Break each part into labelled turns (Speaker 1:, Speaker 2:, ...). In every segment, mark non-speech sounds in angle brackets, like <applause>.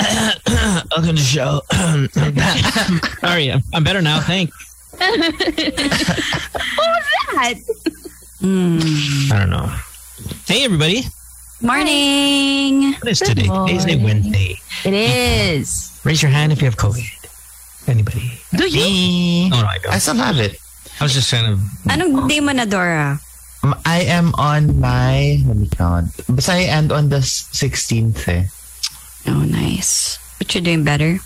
Speaker 1: Welcome to the show. <clears throat> How are you? I'm better now. Thanks.
Speaker 2: What?
Speaker 3: Mm.
Speaker 1: I don't know. Hey, everybody.
Speaker 2: Morning.
Speaker 1: What is
Speaker 2: Good
Speaker 1: today? Today's a
Speaker 2: morning.
Speaker 1: Wednesday.
Speaker 2: It is.
Speaker 1: Raise your hand if you have COVID. Anybody?
Speaker 2: Do
Speaker 4: Me,
Speaker 1: No, no, Oh, I
Speaker 4: I
Speaker 1: don't.
Speaker 4: still have it.
Speaker 1: I was just kind of.
Speaker 3: Anong day mo na, Dora?
Speaker 4: Um, I am on my, let me count. Basta I end on the s- 16th eh.
Speaker 3: Oh, nice. But you're doing better.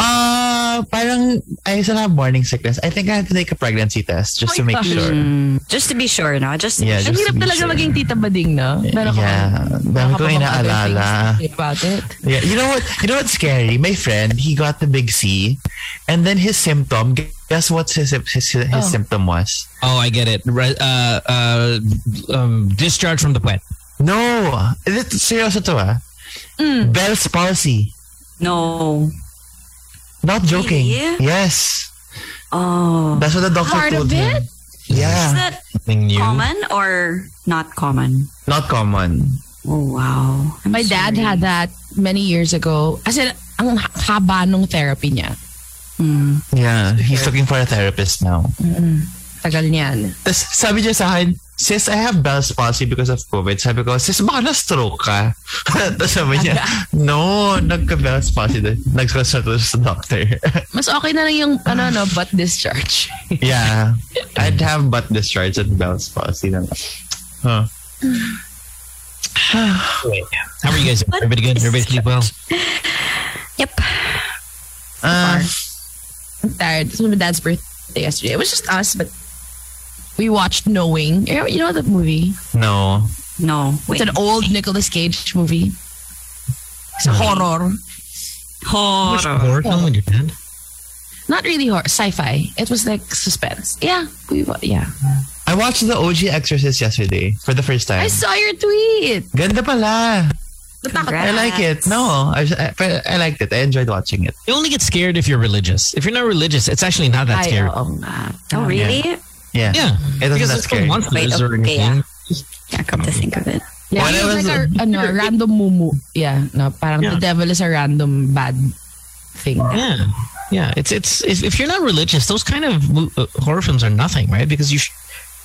Speaker 4: Uh, parang I still have morning sickness. I think I have to take a pregnancy test just to
Speaker 2: Oh my
Speaker 4: make
Speaker 2: gosh.
Speaker 4: sure.
Speaker 3: Mm, just to be sure, no? Just to
Speaker 4: Yeah,
Speaker 3: be
Speaker 2: Ang
Speaker 4: just
Speaker 2: hirap
Speaker 4: to be
Speaker 2: talaga
Speaker 4: sure.
Speaker 2: maging tita bading, no? Meron ka
Speaker 4: Eh, Yeah. Dami
Speaker 2: baka
Speaker 4: ko
Speaker 2: pa mga other
Speaker 4: inaalala.
Speaker 2: things to say About it.
Speaker 4: Yeah, you know what? You know what's scary? My friend, he got the big C, and then his symptom. Guess what his his, his
Speaker 2: Oh.
Speaker 4: symptom was?
Speaker 1: Oh, I get it. Re- uh, uh, um, discharge from the plant.
Speaker 4: No, it's serious ito ah.
Speaker 2: Mm.
Speaker 4: Bell's palsy.
Speaker 3: sure. No.
Speaker 4: Not joking.
Speaker 3: Really?
Speaker 4: Yes,
Speaker 3: Oh.
Speaker 4: that's what the doctor
Speaker 2: Part
Speaker 4: told
Speaker 2: of it?
Speaker 4: him.
Speaker 3: Is
Speaker 4: Yeah,
Speaker 3: that
Speaker 1: Something new.
Speaker 3: common or not common?
Speaker 4: not common.
Speaker 3: Oh, wow. I'm
Speaker 5: My dad
Speaker 3: sorry.
Speaker 5: had that many years ago. As in, ang ha- haba nung therapy niya.
Speaker 3: Mm.
Speaker 4: Yeah, he's looking for a therapist now.
Speaker 5: Tagal niyan.
Speaker 4: Tapos sabi niya sa akin, sis, I have Bell's palsy because of COVID. Sabi ko, sis, baka na-stroke ka. <laughs> Tapos sabi niya, no, nagka-Bell's palsy. din." Nag-consult siya sa doctor. <laughs>
Speaker 5: Mas okay na lang yung ano no, butt discharge. <laughs>
Speaker 4: Yeah. I'd have butt discharge at Bell's palsy na lang. Huh.
Speaker 1: How are you guys? Everybody good? Everybody sleep well?
Speaker 3: Yep.
Speaker 4: Uh,
Speaker 5: I'm tired. This was my dad's birthday yesterday. It was just us, but we watched Knowing. You know, you know that movie?
Speaker 4: no.
Speaker 3: No. Wait.
Speaker 5: It's an old Nicolas Cage movie. It's a horror.
Speaker 3: Horror.
Speaker 1: Or no, you're dead.
Speaker 5: Not really horror. Sci-fi. It was like suspense. Yeah. We wa- yeah.
Speaker 4: I watched the OG Exorcist yesterday for the first time.
Speaker 5: I saw your tweet.
Speaker 4: Ganda pala. I
Speaker 3: Congrats.
Speaker 4: like it. No, I, I, I liked it. I enjoyed watching it.
Speaker 1: You only get scared if you're religious. If you're not religious, it's actually not that
Speaker 5: I-
Speaker 1: scary.
Speaker 5: oo nga.
Speaker 3: Oh, really?
Speaker 4: Yeah.
Speaker 1: Yeah.
Speaker 4: It doesn't
Speaker 1: Because
Speaker 4: that
Speaker 1: it's no
Speaker 4: scary.
Speaker 1: monsters
Speaker 3: Wait,
Speaker 1: or
Speaker 3: okay,
Speaker 1: anything.
Speaker 3: Yeah, come to think of it.
Speaker 5: Yeah,
Speaker 4: When
Speaker 5: he
Speaker 4: I
Speaker 5: was
Speaker 4: was
Speaker 5: like
Speaker 4: a-
Speaker 5: a, ano, random mumu. Yeah, no, parang the devil is a random bad thing.
Speaker 1: Yeah, yeah. It's it's if, if you're not religious, those kind of mo- uh, horror films are nothing, right? Because you sh-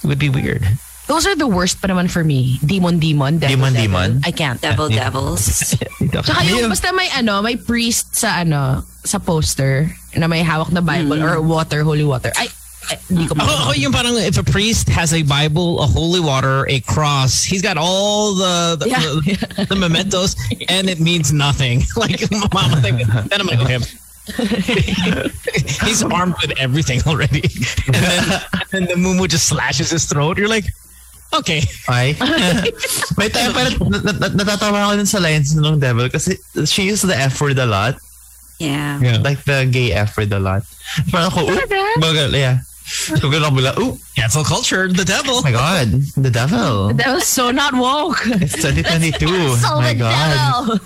Speaker 1: it would be weird.
Speaker 5: Those are the worst pa naman for me. Demon, demon, devil,
Speaker 4: Demon,
Speaker 5: devil.
Speaker 4: demon?
Speaker 5: I can't.
Speaker 3: Devil Devils.
Speaker 5: Tsaka yung <laughs> basta may ano, may priest sa ano, sa poster na may hawak na Bible or water, holy water. Ay, ay, hindi ko
Speaker 1: Ako,
Speaker 5: pa.
Speaker 1: ako yung parang if a priest has a Bible, a holy water, a cross, he's got all the the,
Speaker 5: Yeah.
Speaker 1: the, the mementos, and it means nothing. <laughs> Like mama, thing. then I'm like, okay. <laughs> he's armed with everything already, <laughs> and then and the mumu just slashes his throat. You're like, okay,
Speaker 4: Ay. <laughs> May time
Speaker 1: <laughs>
Speaker 4: pa nat- nat- nat- natatawa ako dun sa lines ng devil kasi she used the F word a lot.
Speaker 1: <laughs>
Speaker 3: Yeah.
Speaker 1: yeah,
Speaker 4: Like the gay F word a lot. Parang ako, oop. Bagal, yeah. So, ganun ako bigla, oop.
Speaker 1: cancel culture, the devil.
Speaker 4: Oh my God. The devil.
Speaker 5: That was so not woke.
Speaker 4: It's 2022.
Speaker 5: <laughs>
Speaker 4: Oh my God.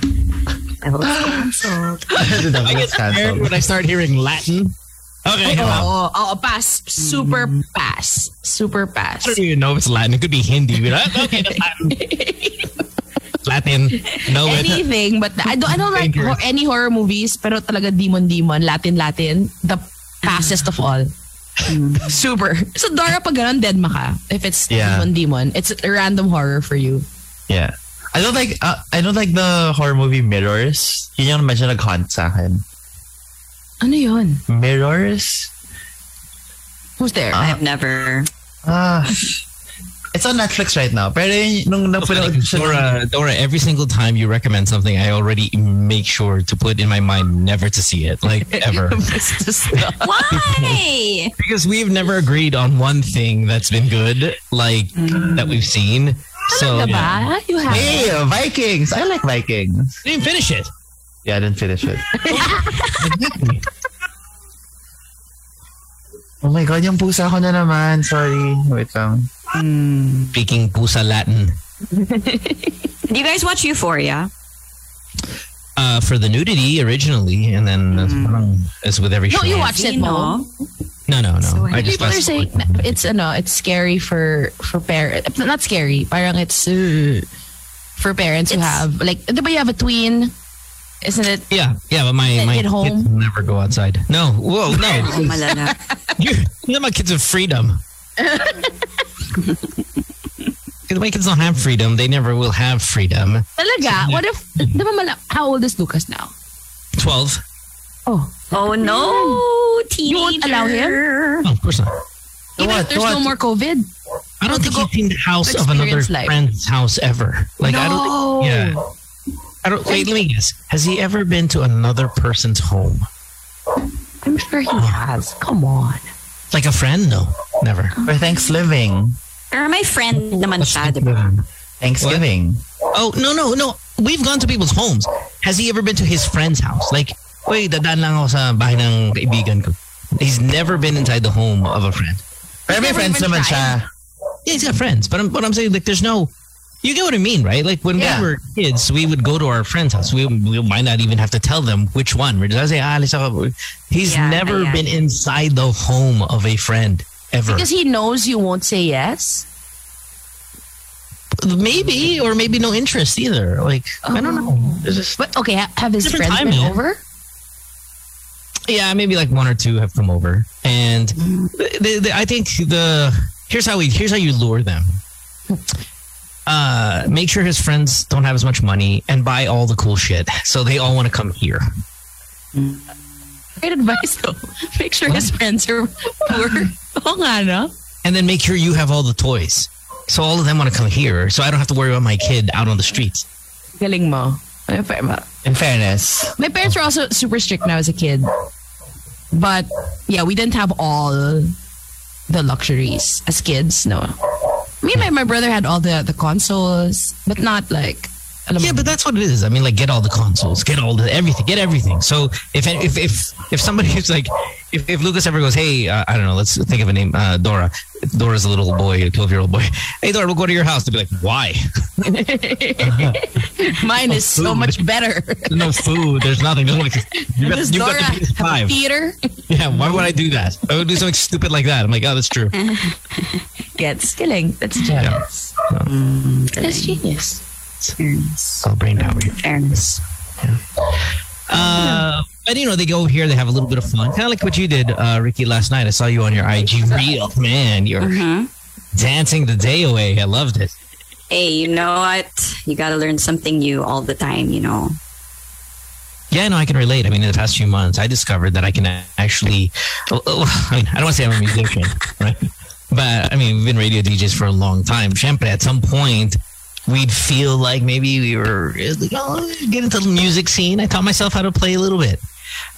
Speaker 3: Devils canceled.
Speaker 4: <laughs> the
Speaker 1: I
Speaker 4: devil
Speaker 1: get
Speaker 4: is
Speaker 1: scared
Speaker 4: canceled.
Speaker 1: when I start hearing Latin. Okay,
Speaker 5: Oo,
Speaker 1: wow.
Speaker 5: oo, oo, pass. Super
Speaker 4: Mm.
Speaker 5: pass. Super pass.
Speaker 1: I don't even know if it's Latin. It could be Hindi. We're like, okay, that's <laughs> Latin. Latin.
Speaker 4: Oh,
Speaker 1: Know <laughs> it.
Speaker 5: anything but I don't I don't like
Speaker 1: Dangerous.
Speaker 5: hor- any horror movies pero talaga demon demon Latin Latin the fastest of all
Speaker 4: Hmm.
Speaker 5: super so Dora pag ganun dead maka if it's
Speaker 4: Yeah.
Speaker 5: demon demon it's a random horror for you
Speaker 4: Yeah. I don't like uh, I don't like the horror movie Mirrors. Yun yung medyo nag-haunt sa akin.
Speaker 5: ano yun
Speaker 4: Mirrors?
Speaker 5: who's there <laughs>
Speaker 4: Ah.
Speaker 3: I've never.
Speaker 4: Ah. It's on Netflix right now. Pero yun, nung napanood siya.
Speaker 1: Dora, Dora, every single time you recommend something, I already make sure to put in my mind never to see it, <laughs> like ever.
Speaker 3: Why?
Speaker 1: because we've never agreed on one thing that's been good, like that we've seen. So,
Speaker 5: Talaga ba? you have
Speaker 4: Hey, oh, Vikings! I like Vikings.
Speaker 1: I didn't finish it.
Speaker 4: Yeah, I didn't finish it. oh my God, yung pusa ko na naman. Sorry. Wait lang.
Speaker 1: Speaking Pusa Latin
Speaker 3: Do you guys watch Euphoria?
Speaker 1: uh, for the nudity originally, and then uh, as with every
Speaker 5: no
Speaker 1: show.
Speaker 5: you watched it mo
Speaker 1: No,
Speaker 3: Sino?
Speaker 1: no, no.
Speaker 3: So
Speaker 1: I just
Speaker 5: people are
Speaker 1: watched-
Speaker 5: saying na- it's ano it's scary for for parents not scary parang it's uh, for parents who
Speaker 3: It's-
Speaker 5: have like di ba you have a twin? Isn't it?
Speaker 1: Yeah, yeah, but my
Speaker 5: At-
Speaker 1: my
Speaker 5: at home?
Speaker 1: kids never go outside. No, whoa, no,
Speaker 5: <laughs>
Speaker 3: Oo, malala.
Speaker 1: you you know my kids have freedom. 'Cause my kids don't have freedom. They never will have freedom.
Speaker 5: Talaga? What if di ba mala- how old is Lucas now?
Speaker 1: Twelve?
Speaker 5: Oh,
Speaker 3: Oh no, teenager.
Speaker 5: won't allow him?
Speaker 1: No, of course not.
Speaker 5: even
Speaker 4: What?
Speaker 5: if there's no
Speaker 4: What?
Speaker 5: more COVID.
Speaker 1: I don't think he's seen the house of another
Speaker 5: experience life.
Speaker 1: friend's house ever. Like I don't.
Speaker 5: no.
Speaker 1: Yeah. I don't. Wait, let me guess. Has he ever been to another person's home?
Speaker 5: I'm sure he has. Come on.
Speaker 1: Like a friend? No, never.
Speaker 4: For Thanksgiving.
Speaker 3: Pero may friend naman siya, di ba?
Speaker 4: Thanksgiving.
Speaker 1: Oh no no no! We've gone to people's homes. Has he ever been to his friend's house? Like, wait, dadaan lang ako sa bahay ng kaibigan ko. He's never been inside the home of a friend.
Speaker 4: Pero may
Speaker 5: Never
Speaker 4: friends
Speaker 5: even
Speaker 4: naman
Speaker 5: tried.
Speaker 4: siya.
Speaker 1: Yeah, he's got friends, but I'm, but I'm saying like, there's no. You get what I mean, right? Like when
Speaker 4: Yeah.
Speaker 1: we were kids, we would go to our friend's house. We, we might not even have to tell them which one. We're just say, ah, alis ako." He's
Speaker 3: Yeah,
Speaker 1: never
Speaker 3: ayan.
Speaker 1: been inside the home of a friend ever.
Speaker 5: Because he knows you won't say yes.
Speaker 1: maybe or maybe no interest either. Like I don't know. There's just-
Speaker 5: But okay, ha- have his
Speaker 1: Different
Speaker 5: friends
Speaker 1: time,
Speaker 5: been
Speaker 1: man.
Speaker 5: over?
Speaker 1: yeah, maybe like one or two have come over, and the, the, I think the here's how we here's how you lure them. Uh, make sure his friends don't have as much money and buy all the cool shit, so they all want to come here.
Speaker 5: Great advice though. <laughs> Make sure his friends are poor. <laughs> Oo nga, no?
Speaker 1: and then make sure you have all the toys. So all of them want to come here, so I don't have to worry about my kid out on the streets.
Speaker 5: Galing mo. Ay, fair ma-
Speaker 4: In fairness.
Speaker 5: My parents were also super strict when I was a kid. But yeah, we didn't have all the luxuries as kids. No. Me and my, my brother had all the, the consoles, but not like. alam mo-
Speaker 1: Yeah, but that's what it is. I mean, like, get all the consoles, get all the everything, get everything. So if if if if somebody <laughs> is like, if, if Lucas ever goes, hey, uh, I don't know, let's think of a name, uh, Dora. Dora's a little boy, a twelve year old boy. <laughs> Hey, Dora, we'll go to your house. They'll be like, why? <laughs>
Speaker 5: <laughs> Mine is so much <laughs> better.
Speaker 1: There's no food. There's nothing. There's like, you got,
Speaker 5: Does
Speaker 1: you've got
Speaker 5: Dora
Speaker 1: the
Speaker 5: have a
Speaker 1: PS5.
Speaker 5: theater?
Speaker 1: Yeah, why would I do that? I would do something stupid like that. I'm like, oh, that's true.
Speaker 5: Gets killing. That's genius. That's genius.
Speaker 3: Fairness.
Speaker 1: Oh, brain power.
Speaker 3: Fairness.
Speaker 1: Uh, but you know, they go here, they have a little bit of fun, kind of like what you did, uh, Ricky, last night. I saw you on your IG reel, man. You're
Speaker 3: Mhm.
Speaker 1: dancing the day away. I loved it.
Speaker 3: Hey, you know what? You gotta learn something new all the time, you know.
Speaker 1: Yeah, no, I can relate. I mean, in the past few months, I discovered that I can a- actually. oh, oh, <laughs> I mean, I don't want to say I'm a musician, <laughs> right? But I mean, we've been radio DJs for a long time. Siempre, at some point, we'd feel like maybe we were eh, like, oh, get into the music scene. I taught myself how to play a little bit.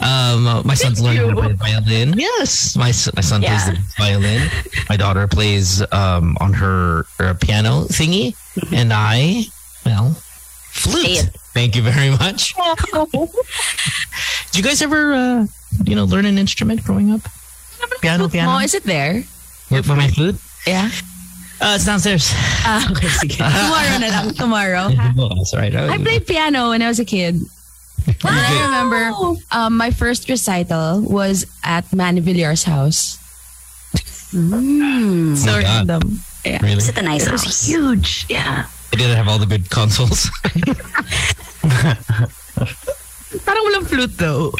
Speaker 1: Um, uh, my son's learning how to play the violin. Yes, my s- my son
Speaker 3: Yeah.
Speaker 1: plays the violin. My daughter plays um, on her, her piano thingy, and I, well,
Speaker 3: Mm-hmm. Say
Speaker 1: flute.
Speaker 3: it.
Speaker 1: Thank you very much. Did you guys ever, uh, you know, learn an instrument growing up? Piano,
Speaker 5: Oh,
Speaker 1: piano.
Speaker 5: is it there?
Speaker 1: Work for my food.
Speaker 5: Yeah.
Speaker 1: Uh, it's downstairs.
Speaker 5: Ah, okay,
Speaker 1: <laughs>
Speaker 5: sige. Tomorrow na lang. Tomorrow.
Speaker 1: Oh, that's all right.
Speaker 5: I played piano when I was a kid. I remember um, my first recital was at Manny Villar's house.
Speaker 3: Mm.
Speaker 5: So
Speaker 1: Oh God.
Speaker 5: random. Yeah.
Speaker 1: Really?
Speaker 3: Is it a nice
Speaker 5: It
Speaker 3: house?
Speaker 5: was Oh huge. Yeah.
Speaker 1: I didn't have all the good consoles. <laughs>
Speaker 5: Parang walang flute though.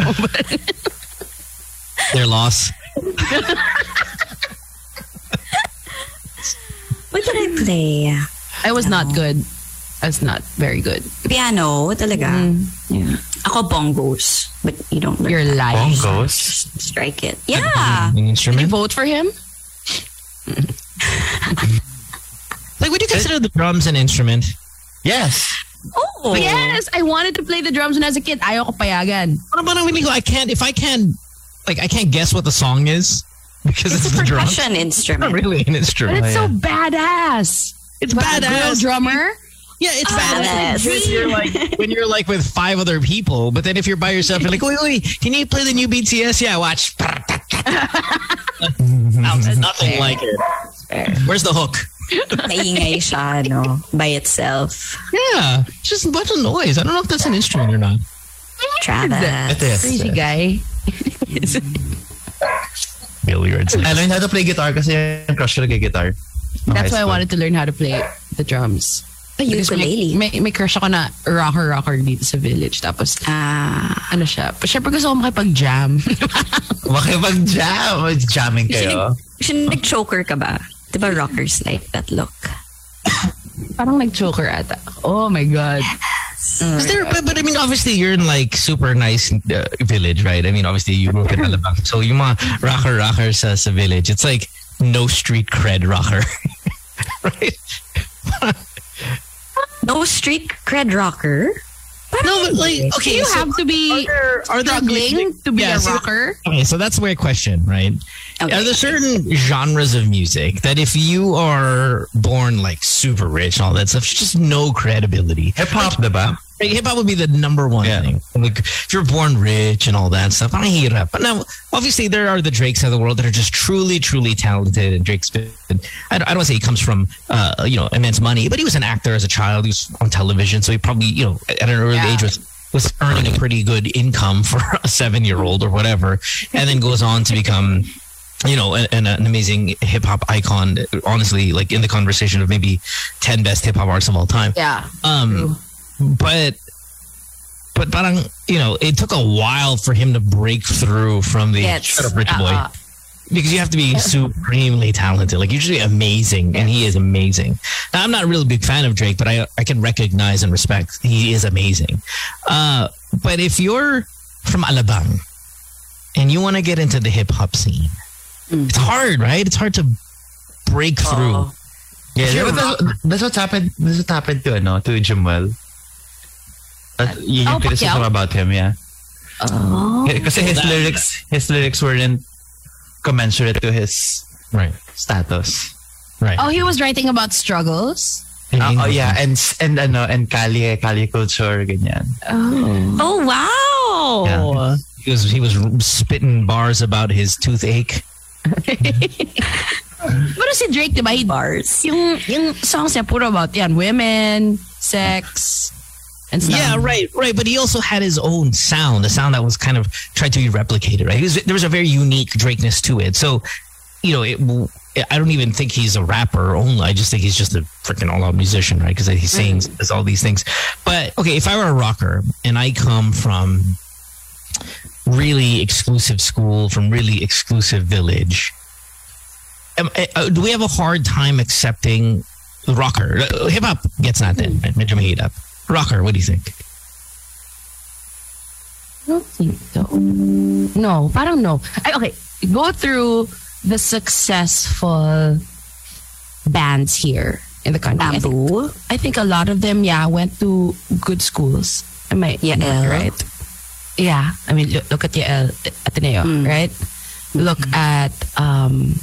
Speaker 1: Their loss.
Speaker 3: What did I play?
Speaker 5: <laughs> I was not good. I was not very good.
Speaker 3: Piano, talaga.
Speaker 5: Mm.
Speaker 3: Yeah. Ako bongos, but you don't learn.
Speaker 5: You're lying.
Speaker 4: Bongos.
Speaker 3: strike it.
Speaker 1: <laughs>
Speaker 3: Yeah.
Speaker 5: Ah.
Speaker 1: An
Speaker 5: Did you
Speaker 1: instrument.
Speaker 5: vote for him?
Speaker 1: Like, would you consider the drums an instrument?
Speaker 4: Yes.
Speaker 3: Oh.
Speaker 5: Yes, I wanted to play the drums when I was a kid. Ayaw ko payagan.
Speaker 1: Ano ba na winning ko? I can't. If I can, like, I can't guess what the song is because it's,
Speaker 3: It's a
Speaker 1: the drum.
Speaker 3: percussion
Speaker 1: Not
Speaker 3: instrument.
Speaker 1: really an
Speaker 5: But
Speaker 1: instrument. Oh,
Speaker 5: it's so badass. It's
Speaker 1: badass.
Speaker 5: drummer.
Speaker 1: Yeah, it's
Speaker 5: Ah,
Speaker 1: bad.
Speaker 3: badass.
Speaker 1: When you're like when you're like with five other people, but then if you're by yourself, you're like, wait, wait, can you play the new BTS? Yeah, watch. Sounds nothing like it. Where's the hook?
Speaker 3: Maingay siya, no? By itself.
Speaker 1: Yeah, it's just a bunch of noise. I don't know if that's an instrument or not.
Speaker 3: Travis.
Speaker 4: It is.
Speaker 5: Crazy guy.
Speaker 1: Billiards.
Speaker 4: I learned how to play guitar kasi yung crush ko nag-guitar.
Speaker 5: That's why I wanted to learn how to play the drums. Ayun,
Speaker 3: Ukulele.
Speaker 5: may, may, may crush ako na rocker rocker dito sa village. Tapos,
Speaker 3: Ah,
Speaker 5: ano siya? Siyempre gusto ko makipag-jam. <laughs>
Speaker 4: Makipag-jam. Jamming kayo.
Speaker 3: siya nag-choker ka ba? Di ba rockers like that look?
Speaker 5: Parang nag-choker ata. Oh my God.
Speaker 1: Is there, but, but I mean, obviously, you're in like super nice uh, village, right? I mean, obviously, you grew up in Alabang. So, yung mga rocker rocker sa, sa village, it's like no street cred rocker. right?
Speaker 3: No street cred rocker?
Speaker 1: No, but like, okay.
Speaker 5: you
Speaker 1: so,
Speaker 5: have to
Speaker 1: are
Speaker 5: be
Speaker 1: there-
Speaker 5: struggling to be
Speaker 1: Yeah,
Speaker 5: a
Speaker 1: so-
Speaker 5: rocker?
Speaker 1: okay, so that's my question, right?
Speaker 3: Okay.
Speaker 1: Are there certain genres of music that if you are born like super rich and all that stuff, it's just no credibility?
Speaker 4: Hip-hop, diba?
Speaker 1: Like, hip hop would be the number one
Speaker 4: Yeah.
Speaker 1: thing. Like if you're born rich and all that stuff, I hear that. But now, obviously, there are the Drakes of the world that are just truly, truly talented. And Drake's been, I don't, I don't wanna say he comes from, uh, you know, immense money, but he was an actor as a child. He was on television. So he probably, you know, at an early
Speaker 5: Yeah.
Speaker 1: age was, was earning a pretty good income for <laughs> a seven year old or whatever. And then goes on to become, you know, an, an, an amazing hip hop icon, honestly, like in the conversation of maybe 10 best hip hop artists of all time.
Speaker 5: Yeah.
Speaker 1: Um, but but parang you know it took a while for him to break through from the
Speaker 3: Yes.
Speaker 1: shut up rich boy
Speaker 3: uh,
Speaker 5: Uh-uh.
Speaker 1: because you have to be supremely talented like usually amazing and he is amazing now i'm not a real big fan of drake but i i can recognize and respect he is amazing uh but if you're from alabang and you want to get into the hip hop scene
Speaker 3: Mm.
Speaker 1: it's hard right it's hard to break through
Speaker 3: Oh.
Speaker 4: Yeah,
Speaker 1: Sure.
Speaker 4: but that's, that's what happened. That's what happened to ano to Jamal. That, yun
Speaker 5: Oh,
Speaker 4: yung criticism
Speaker 5: Pacquiao?
Speaker 4: about him, yeah.
Speaker 3: Oh.
Speaker 4: Kasi his
Speaker 1: That-
Speaker 4: lyrics, his lyrics weren't commensurate to his
Speaker 1: right
Speaker 4: status.
Speaker 1: right
Speaker 5: Oh, he was writing about struggles?
Speaker 4: Oh, yeah, and and ano and Kali Kali culture ganyan.
Speaker 5: Oh.
Speaker 3: Oh, wow.
Speaker 4: Yeah.
Speaker 1: He was he was spitting bars about his toothache.
Speaker 5: Pero si Drake, di ba? He,
Speaker 3: Bars.
Speaker 5: yung, yung songs niya puro about yan. Women, sex, and stuff.
Speaker 1: Yeah, right, right. But he also had his own sound, a sound that was kind of tried to be replicated. Right, He was, there was a very unique Drakeness to it. So, you know, it, w- I don't even think he's a rapper only. I just think he's just a freaking all-out musician, right? Because he sings, does all these things. But okay, if I were a rocker and I come from really exclusive school, from really exclusive village. Am, uh, do we have a hard time accepting rocker? Uh, hip hop gets not that. Right? Medyo mahirap. Rocker, what do you think?
Speaker 5: I don't think so. No, parang no. Ay, okay, go through the successful bands here in the country. I think,
Speaker 3: Bamboo.
Speaker 5: I think a lot of them, yeah, went to good schools. Am I
Speaker 3: Yeah,
Speaker 5: not
Speaker 3: L.
Speaker 5: right? Yeah, I mean, look, look at Yael Ateneo,
Speaker 3: Mm.
Speaker 5: right? Look at um,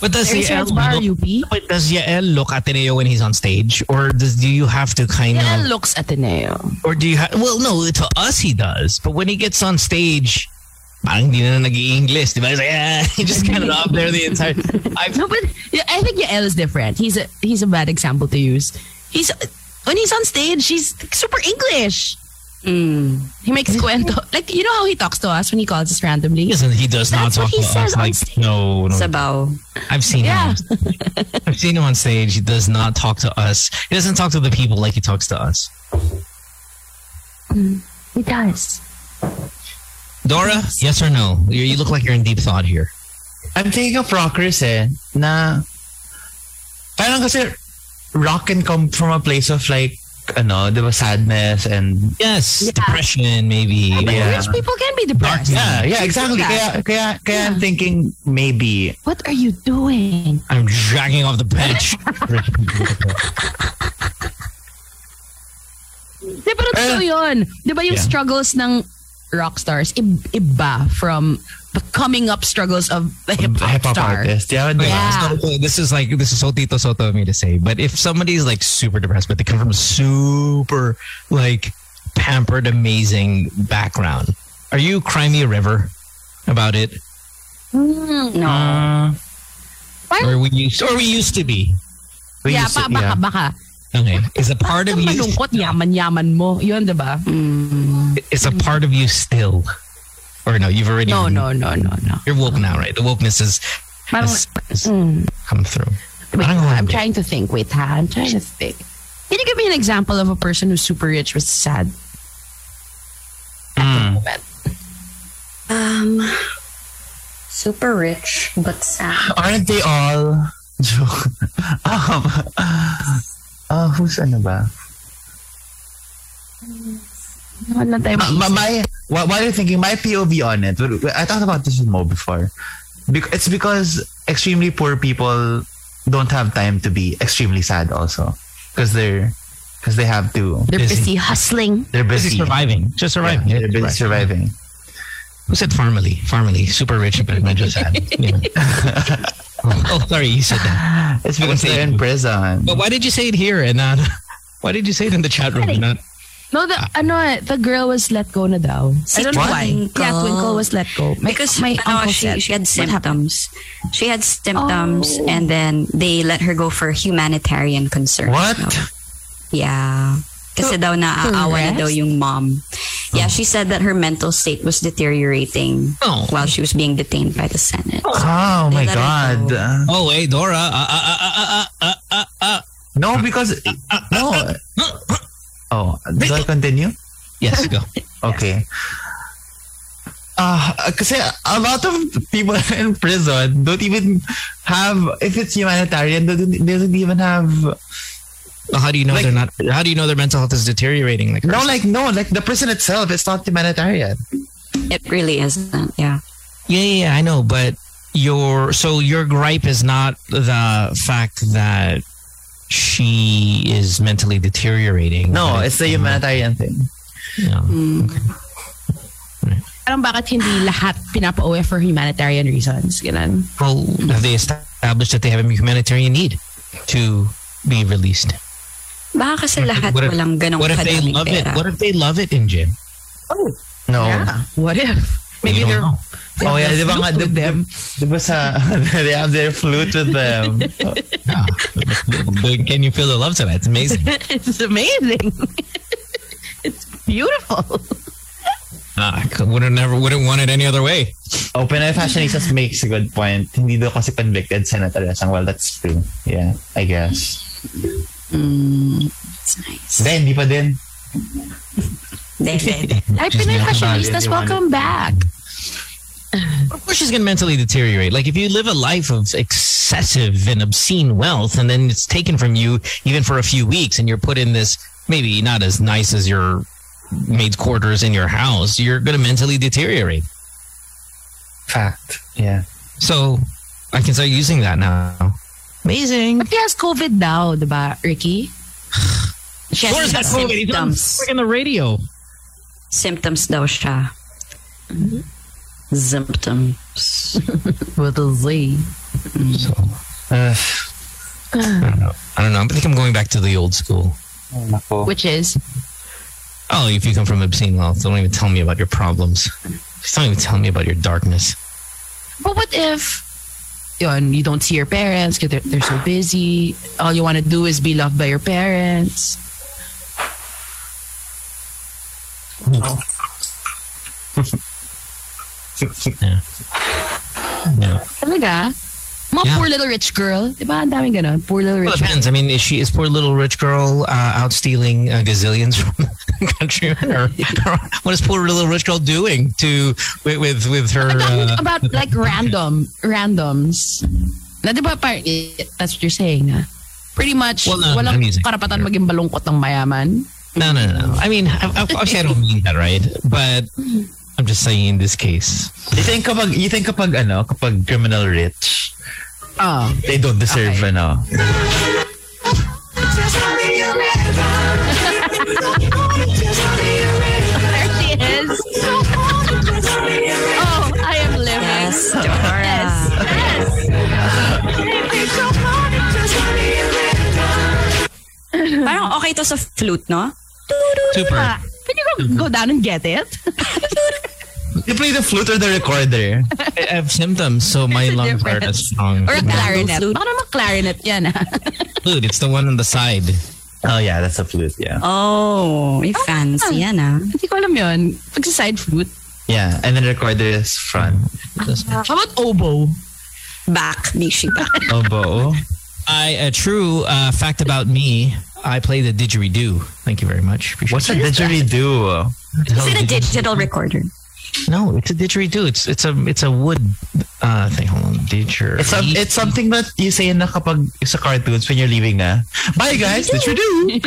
Speaker 1: But does
Speaker 5: Research
Speaker 1: Yael
Speaker 5: Bar
Speaker 1: look,
Speaker 5: UP.
Speaker 1: but does Yael look Ateneo when he's on stage, or does do you have to kind
Speaker 5: Yael
Speaker 1: of,
Speaker 5: looks Ateneo.
Speaker 1: or do you have? Well, no, to us he does, but when he gets on stage. Parang di na nag-English, di ba? He's like, yeah, <laughs> he just kind of up there the
Speaker 5: <laughs>
Speaker 1: entire... I've,
Speaker 5: No, but yeah, I think Yael is different. He's a he's a bad example to use. He's when he's on stage, he's super English.
Speaker 3: Mm.
Speaker 5: He makes cuento. Like, you know how he talks to us when he calls us randomly?
Speaker 1: he doesn't, he does not
Speaker 5: That's what
Speaker 1: talk
Speaker 5: he
Speaker 1: to
Speaker 5: says
Speaker 1: us
Speaker 5: on
Speaker 1: like,
Speaker 5: stage.
Speaker 1: no, no,
Speaker 3: Sabaw.
Speaker 1: I've seen him.
Speaker 5: Yeah.
Speaker 1: on stage. I've seen him on stage. He does not talk to us. He doesn't talk to the people like he talks to us.
Speaker 5: He does.
Speaker 1: Dora, yes or no? You, you look like you're in deep thought here.
Speaker 4: I'm thinking of rockers eh na parang kasi rock can come from a place of like ano, 'di ba sadness and
Speaker 1: Yes, depression maybe.
Speaker 5: But
Speaker 4: Yeah.
Speaker 5: rich people can be depressed.
Speaker 4: yeah, yeah, exactly. Kaya kaya kaya I'm thinking maybe
Speaker 5: What are you doing?
Speaker 1: I'm dragging off the bench.
Speaker 5: <laughs> Di ba totoo yun? Di ba yung
Speaker 4: Yeah.
Speaker 5: struggles ng rock stars i- iba from the coming up struggles of the hip-hop,
Speaker 4: hip-hop
Speaker 5: star?
Speaker 4: artist. Yeah, diba?
Speaker 5: Yeah.
Speaker 1: this is like this is so Tito Soto of me to say, but if somebody's like super depressed, but they come from super like pampered, amazing background, are you cry me a river about it,
Speaker 3: No.
Speaker 4: Uh,
Speaker 1: or we used, or we used to be?
Speaker 4: we
Speaker 5: Yeah,
Speaker 4: used
Speaker 5: pa,
Speaker 4: to-
Speaker 5: baka,
Speaker 4: yeah.
Speaker 5: baka.
Speaker 1: Okay, is a part of
Speaker 5: Ang
Speaker 1: you?
Speaker 5: malungkot, yaman-yaman mo. Yun, di ba?
Speaker 3: Mm.
Speaker 1: Is a part of you still? Or no, you've already
Speaker 5: No, no, no, no, no.
Speaker 1: You're woke now, right? The wokeness is
Speaker 5: Parang,
Speaker 1: has, has
Speaker 5: mm.
Speaker 1: come through.
Speaker 5: Wait,
Speaker 1: Parang
Speaker 5: I'm
Speaker 1: wala.
Speaker 5: Mm. trying to think. Wait, ha? I'm trying to think. Can you give me an example of a person who's super rich was sad?
Speaker 4: Mm.
Speaker 3: Um, super rich but sad.
Speaker 4: Aren't they all? <laughs> Joke. um, ah, who's ano ba?
Speaker 5: Wala tayong
Speaker 4: Uh, my,
Speaker 5: maisip.
Speaker 4: my wh- while you're thinking, my POV on it. but- but I talked about this with Mo before. Bec- it's because extremely poor people don't have time to be extremely sad also because they're because they have to
Speaker 5: They're
Speaker 1: busy.
Speaker 5: busy hustling.
Speaker 4: they're
Speaker 1: Busy
Speaker 4: busy
Speaker 1: surviving. Just
Speaker 4: Yeah,
Speaker 1: surviving.
Speaker 4: they're busy
Speaker 1: Right.
Speaker 4: surviving.
Speaker 1: Who said formally? Formally. Super rich but medyo sad. Yeah.
Speaker 4: <laughs>
Speaker 1: oh, sorry. You said that.
Speaker 4: It's
Speaker 1: I was
Speaker 4: because they're in
Speaker 1: thinking-
Speaker 4: prison.
Speaker 1: But why did you say it here and not... <laughs> Why did you say it in the chat room? and Not,
Speaker 5: No, the, ano, eh, the girl was let go na daw.
Speaker 3: Si
Speaker 5: I don't know
Speaker 3: What?
Speaker 5: why. Yeah,
Speaker 3: Twinkle.
Speaker 5: Twinkle was let go. My,
Speaker 3: because
Speaker 5: my
Speaker 3: ano,
Speaker 5: uncle
Speaker 3: she,
Speaker 5: said,
Speaker 3: she had
Speaker 5: "What happened?"
Speaker 3: symptoms. She had symptoms and then they let her go for humanitarian concern.
Speaker 4: What?
Speaker 1: <laughs>
Speaker 3: Yeah. Kasi daw naaawa na daw
Speaker 5: Correct?
Speaker 3: yung mom. Yeah, she said that her mental state was deteriorating
Speaker 1: oh.
Speaker 3: while she was being detained by the Senate.
Speaker 4: Oh my
Speaker 3: They let her
Speaker 4: god.
Speaker 3: go.
Speaker 4: Uh,
Speaker 1: Oh, hey, Dora. Uh, uh, uh, uh, uh, uh, uh, uh.
Speaker 4: No, because no.
Speaker 1: <laughs>
Speaker 4: Oh, do I continue?
Speaker 1: Yes, go.
Speaker 4: Okay. Uh, kasi a lot of people <laughs> in prison don't even have, if it's humanitarian, they don't, they don't even have,
Speaker 1: Well, how do you know
Speaker 4: Like-
Speaker 1: they're not? How do you know their mental health is deteriorating? Like,
Speaker 4: no, like, no, like the prison itself is not humanitarian.
Speaker 3: It really isn't. Yeah.
Speaker 1: yeah, yeah, yeah, I know, but your so your gripe is not the fact that she is mentally deteriorating.
Speaker 4: No, it's the humanitarian thing.
Speaker 1: Yeah.
Speaker 3: Mm.
Speaker 5: Parang bakit hindi lahat pinapa-OF for humanitarian reasons? Ganun.
Speaker 1: Well, have they established that they have a humanitarian need to be released?
Speaker 3: Baka kasi lahat
Speaker 1: What if-
Speaker 3: walang ganong
Speaker 1: What if they
Speaker 3: kadaming
Speaker 1: love it?
Speaker 3: pera.
Speaker 1: What if they love it in
Speaker 3: <laughs>
Speaker 1: gym?
Speaker 4: No.
Speaker 5: What if? <laughs>
Speaker 1: You
Speaker 5: Maybe
Speaker 1: don't
Speaker 5: they're...
Speaker 1: know.
Speaker 5: they
Speaker 4: Oh,
Speaker 5: have
Speaker 4: yeah,
Speaker 5: their
Speaker 4: di ba
Speaker 5: flute
Speaker 4: nga,
Speaker 5: with
Speaker 4: di, di,
Speaker 5: them.
Speaker 4: di ba sa, <laughs> they have their flute with <laughs> them.
Speaker 1: Yeah. Ah, But Can you feel the love tonight? It's amazing.
Speaker 5: it's amazing. <laughs> it's beautiful.
Speaker 1: Ah, I wouldn't never wouldn't want it any other way.
Speaker 4: Open eye fashionistas Oh, makes a good point. Hindi daw kasi convicted senator Yasang. Well, that's true. Yeah, I guess.
Speaker 3: Mm, it's nice.
Speaker 4: Then, hindi pa din.
Speaker 1: <laughs>
Speaker 3: Then, then,
Speaker 5: Ay,
Speaker 1: Just
Speaker 5: Pinay
Speaker 1: the other
Speaker 4: value
Speaker 5: Fashionistas,
Speaker 4: they wanted.
Speaker 5: welcome back.
Speaker 1: Of course, she's going to mentally deteriorate. Like, if you live a life of excessive and obscene wealth, and then it's taken from you even for a few weeks, and you're put in this maybe not as nice as your maid's quarters in your house, you're going to mentally deteriorate.
Speaker 4: Fact. Yeah.
Speaker 1: So, I can start using that now. Amazing.
Speaker 5: But she has COVID daw, di ba, Ricky? She
Speaker 1: Where's that COVID? He's on
Speaker 3: symptoms.
Speaker 1: freaking the radio.
Speaker 3: symptoms daw siya.
Speaker 1: Mm-hmm.
Speaker 3: Symptoms.
Speaker 5: With a Z.
Speaker 1: So,
Speaker 4: Uh,
Speaker 1: <sighs> I don't know. I don't know. I think I'm going back to the old school.
Speaker 4: nako.
Speaker 5: Which is,
Speaker 1: Oh, if you come from obscene wealth, don't even tell me about your problems. Just don't even tell me about your darkness.
Speaker 5: but what if yun, you don't see your parents because they're, they're so busy. All you want to do is be loved by your parents.
Speaker 1: No.
Speaker 5: Talaga? Mga
Speaker 1: Yeah.
Speaker 5: poor little rich girl. Di ba? Ang daming ganun. Poor little
Speaker 1: Well, it
Speaker 5: rich girl.
Speaker 1: depends. I mean, is she is poor little rich girl uh, out stealing uh, gazillions from <laughs> the country? Or, <laughs> or what is poor little rich girl doing to with with, with her?
Speaker 5: I'm talking
Speaker 1: Uh,
Speaker 5: about like random, randoms. Na di ba, par- that's what you're saying, ha? Pretty much,
Speaker 1: Well, no, I'm
Speaker 5: walang
Speaker 1: using-
Speaker 5: karapatan maging balungkot ng mayaman.
Speaker 1: no, no, no. I mean, I, I, obviously, I don't mean that, right? But I'm just saying in this case,
Speaker 4: You think kapag, you think kapag ano, kapag criminal rich,
Speaker 5: Oh.
Speaker 4: they don't deserve
Speaker 5: Okay.
Speaker 4: ano.
Speaker 5: There she <laughs> is. oh, I am living.
Speaker 3: <laughs> Yes,
Speaker 1: <laughs>
Speaker 3: Dora.
Speaker 5: Yes.
Speaker 3: Parang okay to sa flute, no?
Speaker 1: super.
Speaker 5: Can you go, go down and get it?
Speaker 4: You play the flute or the recorder?
Speaker 1: I have symptoms, so my
Speaker 5: There's a
Speaker 1: lungs aren't
Speaker 5: difference.
Speaker 1: as strong.
Speaker 5: Or a clarinet.
Speaker 3: flute.
Speaker 5: Paano mag clarinet yan, ah. ha?
Speaker 1: Dude, it's the one on the side.
Speaker 4: Oh yeah, that's a flute, yeah.
Speaker 3: Oh, may fancy yan ah.
Speaker 5: <laughs> Hindi ko alam yun. Pagsa-side flute.
Speaker 4: Yeah, and then recorder is front.
Speaker 5: How about oboe?
Speaker 3: Back, Mishi back.
Speaker 4: Oboe.
Speaker 1: I a true uh, fact about me. I play the didgeridoo. Thank you very much. Appreciate
Speaker 4: What's a
Speaker 1: it.
Speaker 4: didgeridoo?
Speaker 1: What the hell
Speaker 3: Is it a
Speaker 1: didgeridoo?
Speaker 3: digital recorder?
Speaker 1: No, it's a didgeridoo. It's it's a it's a wood uh thing. Hold on, didgeridoo.
Speaker 4: It's, some- it's something that you say na kapag sa cartoons when you're leaving na. Bye guys, didgeridoo!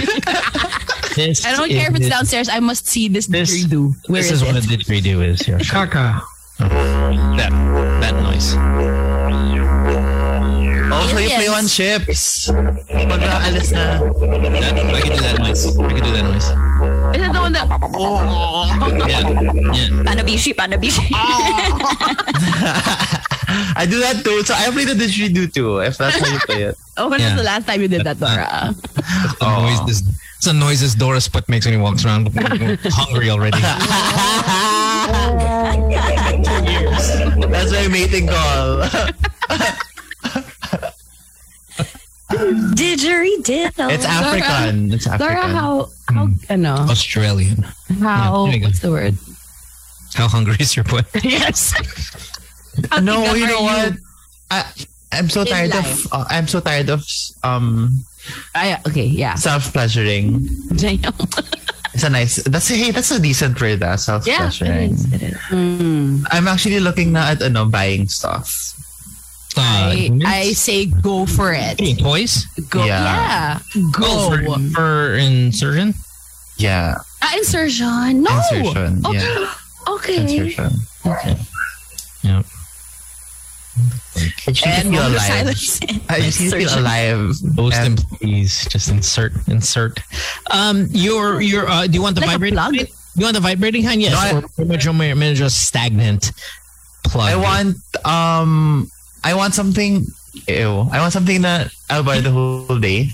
Speaker 5: <laughs>
Speaker 1: This
Speaker 5: I don't care if
Speaker 1: is-
Speaker 5: it's downstairs. I must see this
Speaker 1: This-
Speaker 5: didgeridoo. Where
Speaker 1: This
Speaker 5: is
Speaker 1: is what
Speaker 5: it?
Speaker 1: a didgeridoo is. Yeah, sure.
Speaker 6: Kaka.
Speaker 1: that that noise.
Speaker 4: Also, you play on
Speaker 5: Aliens.
Speaker 4: ships. Pag aalis na.
Speaker 1: That, I can do that noise. I can do that noise.
Speaker 5: Is it the one that?
Speaker 1: Yeah, yeah.
Speaker 3: Panabishi, panabishi.
Speaker 4: I do that too. So I play the didgeridoo too, if that's how you play it.
Speaker 5: Oh, when
Speaker 1: Yeah.
Speaker 5: was the last time you did that, Dora?
Speaker 1: The
Speaker 5: Oh.
Speaker 1: noise this, it's a noise this Doris Putt makes when he walks around <laughs> hungry
Speaker 5: <laughs>
Speaker 1: already.
Speaker 4: That's my mating call. <laughs>
Speaker 3: Didgeridoo.
Speaker 4: It's African. It's African.
Speaker 5: Dora, Oh, how how
Speaker 1: Oh,
Speaker 5: ano?
Speaker 1: Australian.
Speaker 5: How
Speaker 1: there you go.
Speaker 5: what's the word? <laughs>
Speaker 1: How hungry is your boy?
Speaker 5: yes. How
Speaker 4: no,
Speaker 5: tignan
Speaker 4: you
Speaker 5: are
Speaker 4: know what? I I'm so
Speaker 5: In
Speaker 4: tired
Speaker 5: life.
Speaker 4: of uh, I'm so tired of um
Speaker 5: Ay, okay, yeah. <laughs>
Speaker 4: self pleasuring.
Speaker 5: Damn.
Speaker 4: It's a nice. That's a, hey. That's a decent word. That self
Speaker 5: Yeah, it
Speaker 4: pleasuring.
Speaker 5: is, it is.
Speaker 3: Mm.
Speaker 4: I'm actually looking na at ano buying stuff.
Speaker 1: Uh,
Speaker 5: I,
Speaker 1: humans?
Speaker 5: I say go for it.
Speaker 1: Hey, toys?
Speaker 5: Go.
Speaker 4: Yeah.
Speaker 5: Yeah.
Speaker 1: Oh,
Speaker 5: Go.
Speaker 1: for, for insurgent?
Speaker 4: Yeah.
Speaker 5: Ah, insertion. No.
Speaker 4: Insertion.
Speaker 5: Okay.
Speaker 4: Yeah.
Speaker 5: Oh, <gasps> Okay.
Speaker 4: Insertion.
Speaker 1: Yeah.
Speaker 4: I just need to
Speaker 5: And
Speaker 4: feel <laughs>
Speaker 5: moment of
Speaker 4: alive.
Speaker 5: silence.
Speaker 4: I just need to feel
Speaker 3: Insertion.
Speaker 4: alive.
Speaker 1: Most
Speaker 4: And-
Speaker 1: employees just insert insert. Um, your your uh, do you want the
Speaker 5: Like a
Speaker 1: vibrating?
Speaker 5: plug?
Speaker 1: Do you want the vibrating hand? Yes.
Speaker 4: No, I-
Speaker 1: or pretty much your ma- ma- just stagnant plug.
Speaker 4: I want um I want something ew. I want something that I'll buy the whole day.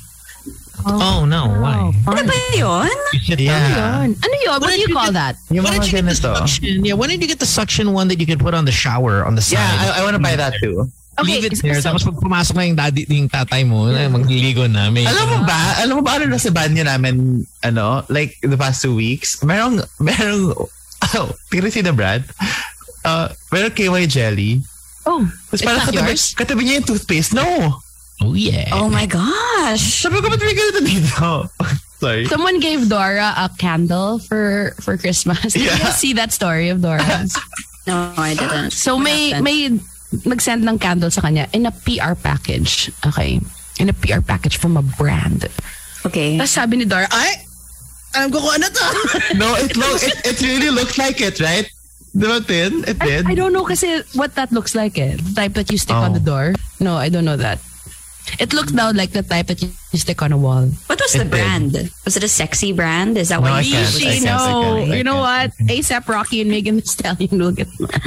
Speaker 1: Oh no! Why?
Speaker 3: Ano ba yun?
Speaker 1: You should-
Speaker 4: Yeah.
Speaker 5: Ano yun? What do you call that?
Speaker 4: Yung
Speaker 1: Why
Speaker 4: mga
Speaker 1: don't you get the
Speaker 4: ganito.
Speaker 1: suction? Yeah. Why don't you get the suction one that you can put on the shower on the
Speaker 4: Yeah,
Speaker 1: side?
Speaker 4: I, I want to buy that too.
Speaker 5: Okay,
Speaker 1: Leave it there.
Speaker 5: so-
Speaker 1: Tapos pag pumasok na yung daddy, yung tatay mo, eh, magliligo na. May,
Speaker 4: Alam mo ba? Alam mo ba ano nasa banyo namin ano like the past two weeks? Merong merong <laughs> oh, tingnan si the Brad. Uh, merong KY jelly.
Speaker 5: Oh,
Speaker 4: Tapos
Speaker 5: It's
Speaker 4: parang
Speaker 5: not
Speaker 4: katabi,
Speaker 5: yours?
Speaker 4: katabi niya yung toothpaste. No!
Speaker 1: Oh yeah.
Speaker 3: Oh my gosh.
Speaker 4: Sabi ko, ba't may ganito dito? <laughs> Sorry.
Speaker 5: someone gave Dora a candle for for Christmas. Did you
Speaker 4: Yeah.
Speaker 5: guys <laughs> see that story of <laughs> Dora?
Speaker 3: No, I didn't.
Speaker 5: So may
Speaker 3: What happened?
Speaker 5: may nag-send ng candle sa kanya in a PR package. Okay. In a PR package from a brand.
Speaker 3: Okay.
Speaker 5: Tapos sabi ni Dora, ay, alam ko kung ano <laughs> to.
Speaker 4: No, it, look, it, it really looked like it, right? Di ba, Tin? It did?
Speaker 5: I don't know kasi what that looks like eh. The type that you stick
Speaker 4: Oh.
Speaker 5: on the door. No, I don't know that. It looked now like the type that you stick on a wall.
Speaker 3: What was
Speaker 4: It
Speaker 3: the
Speaker 4: did.
Speaker 3: brand? Was it a sexy brand? Is that
Speaker 4: No, I
Speaker 3: what you
Speaker 4: can't.
Speaker 3: usually
Speaker 4: I can't.
Speaker 3: know?
Speaker 4: know. okay,
Speaker 5: you know
Speaker 4: okay,
Speaker 5: what? ASAP Rocky and Megan Thee Stallion will get mad.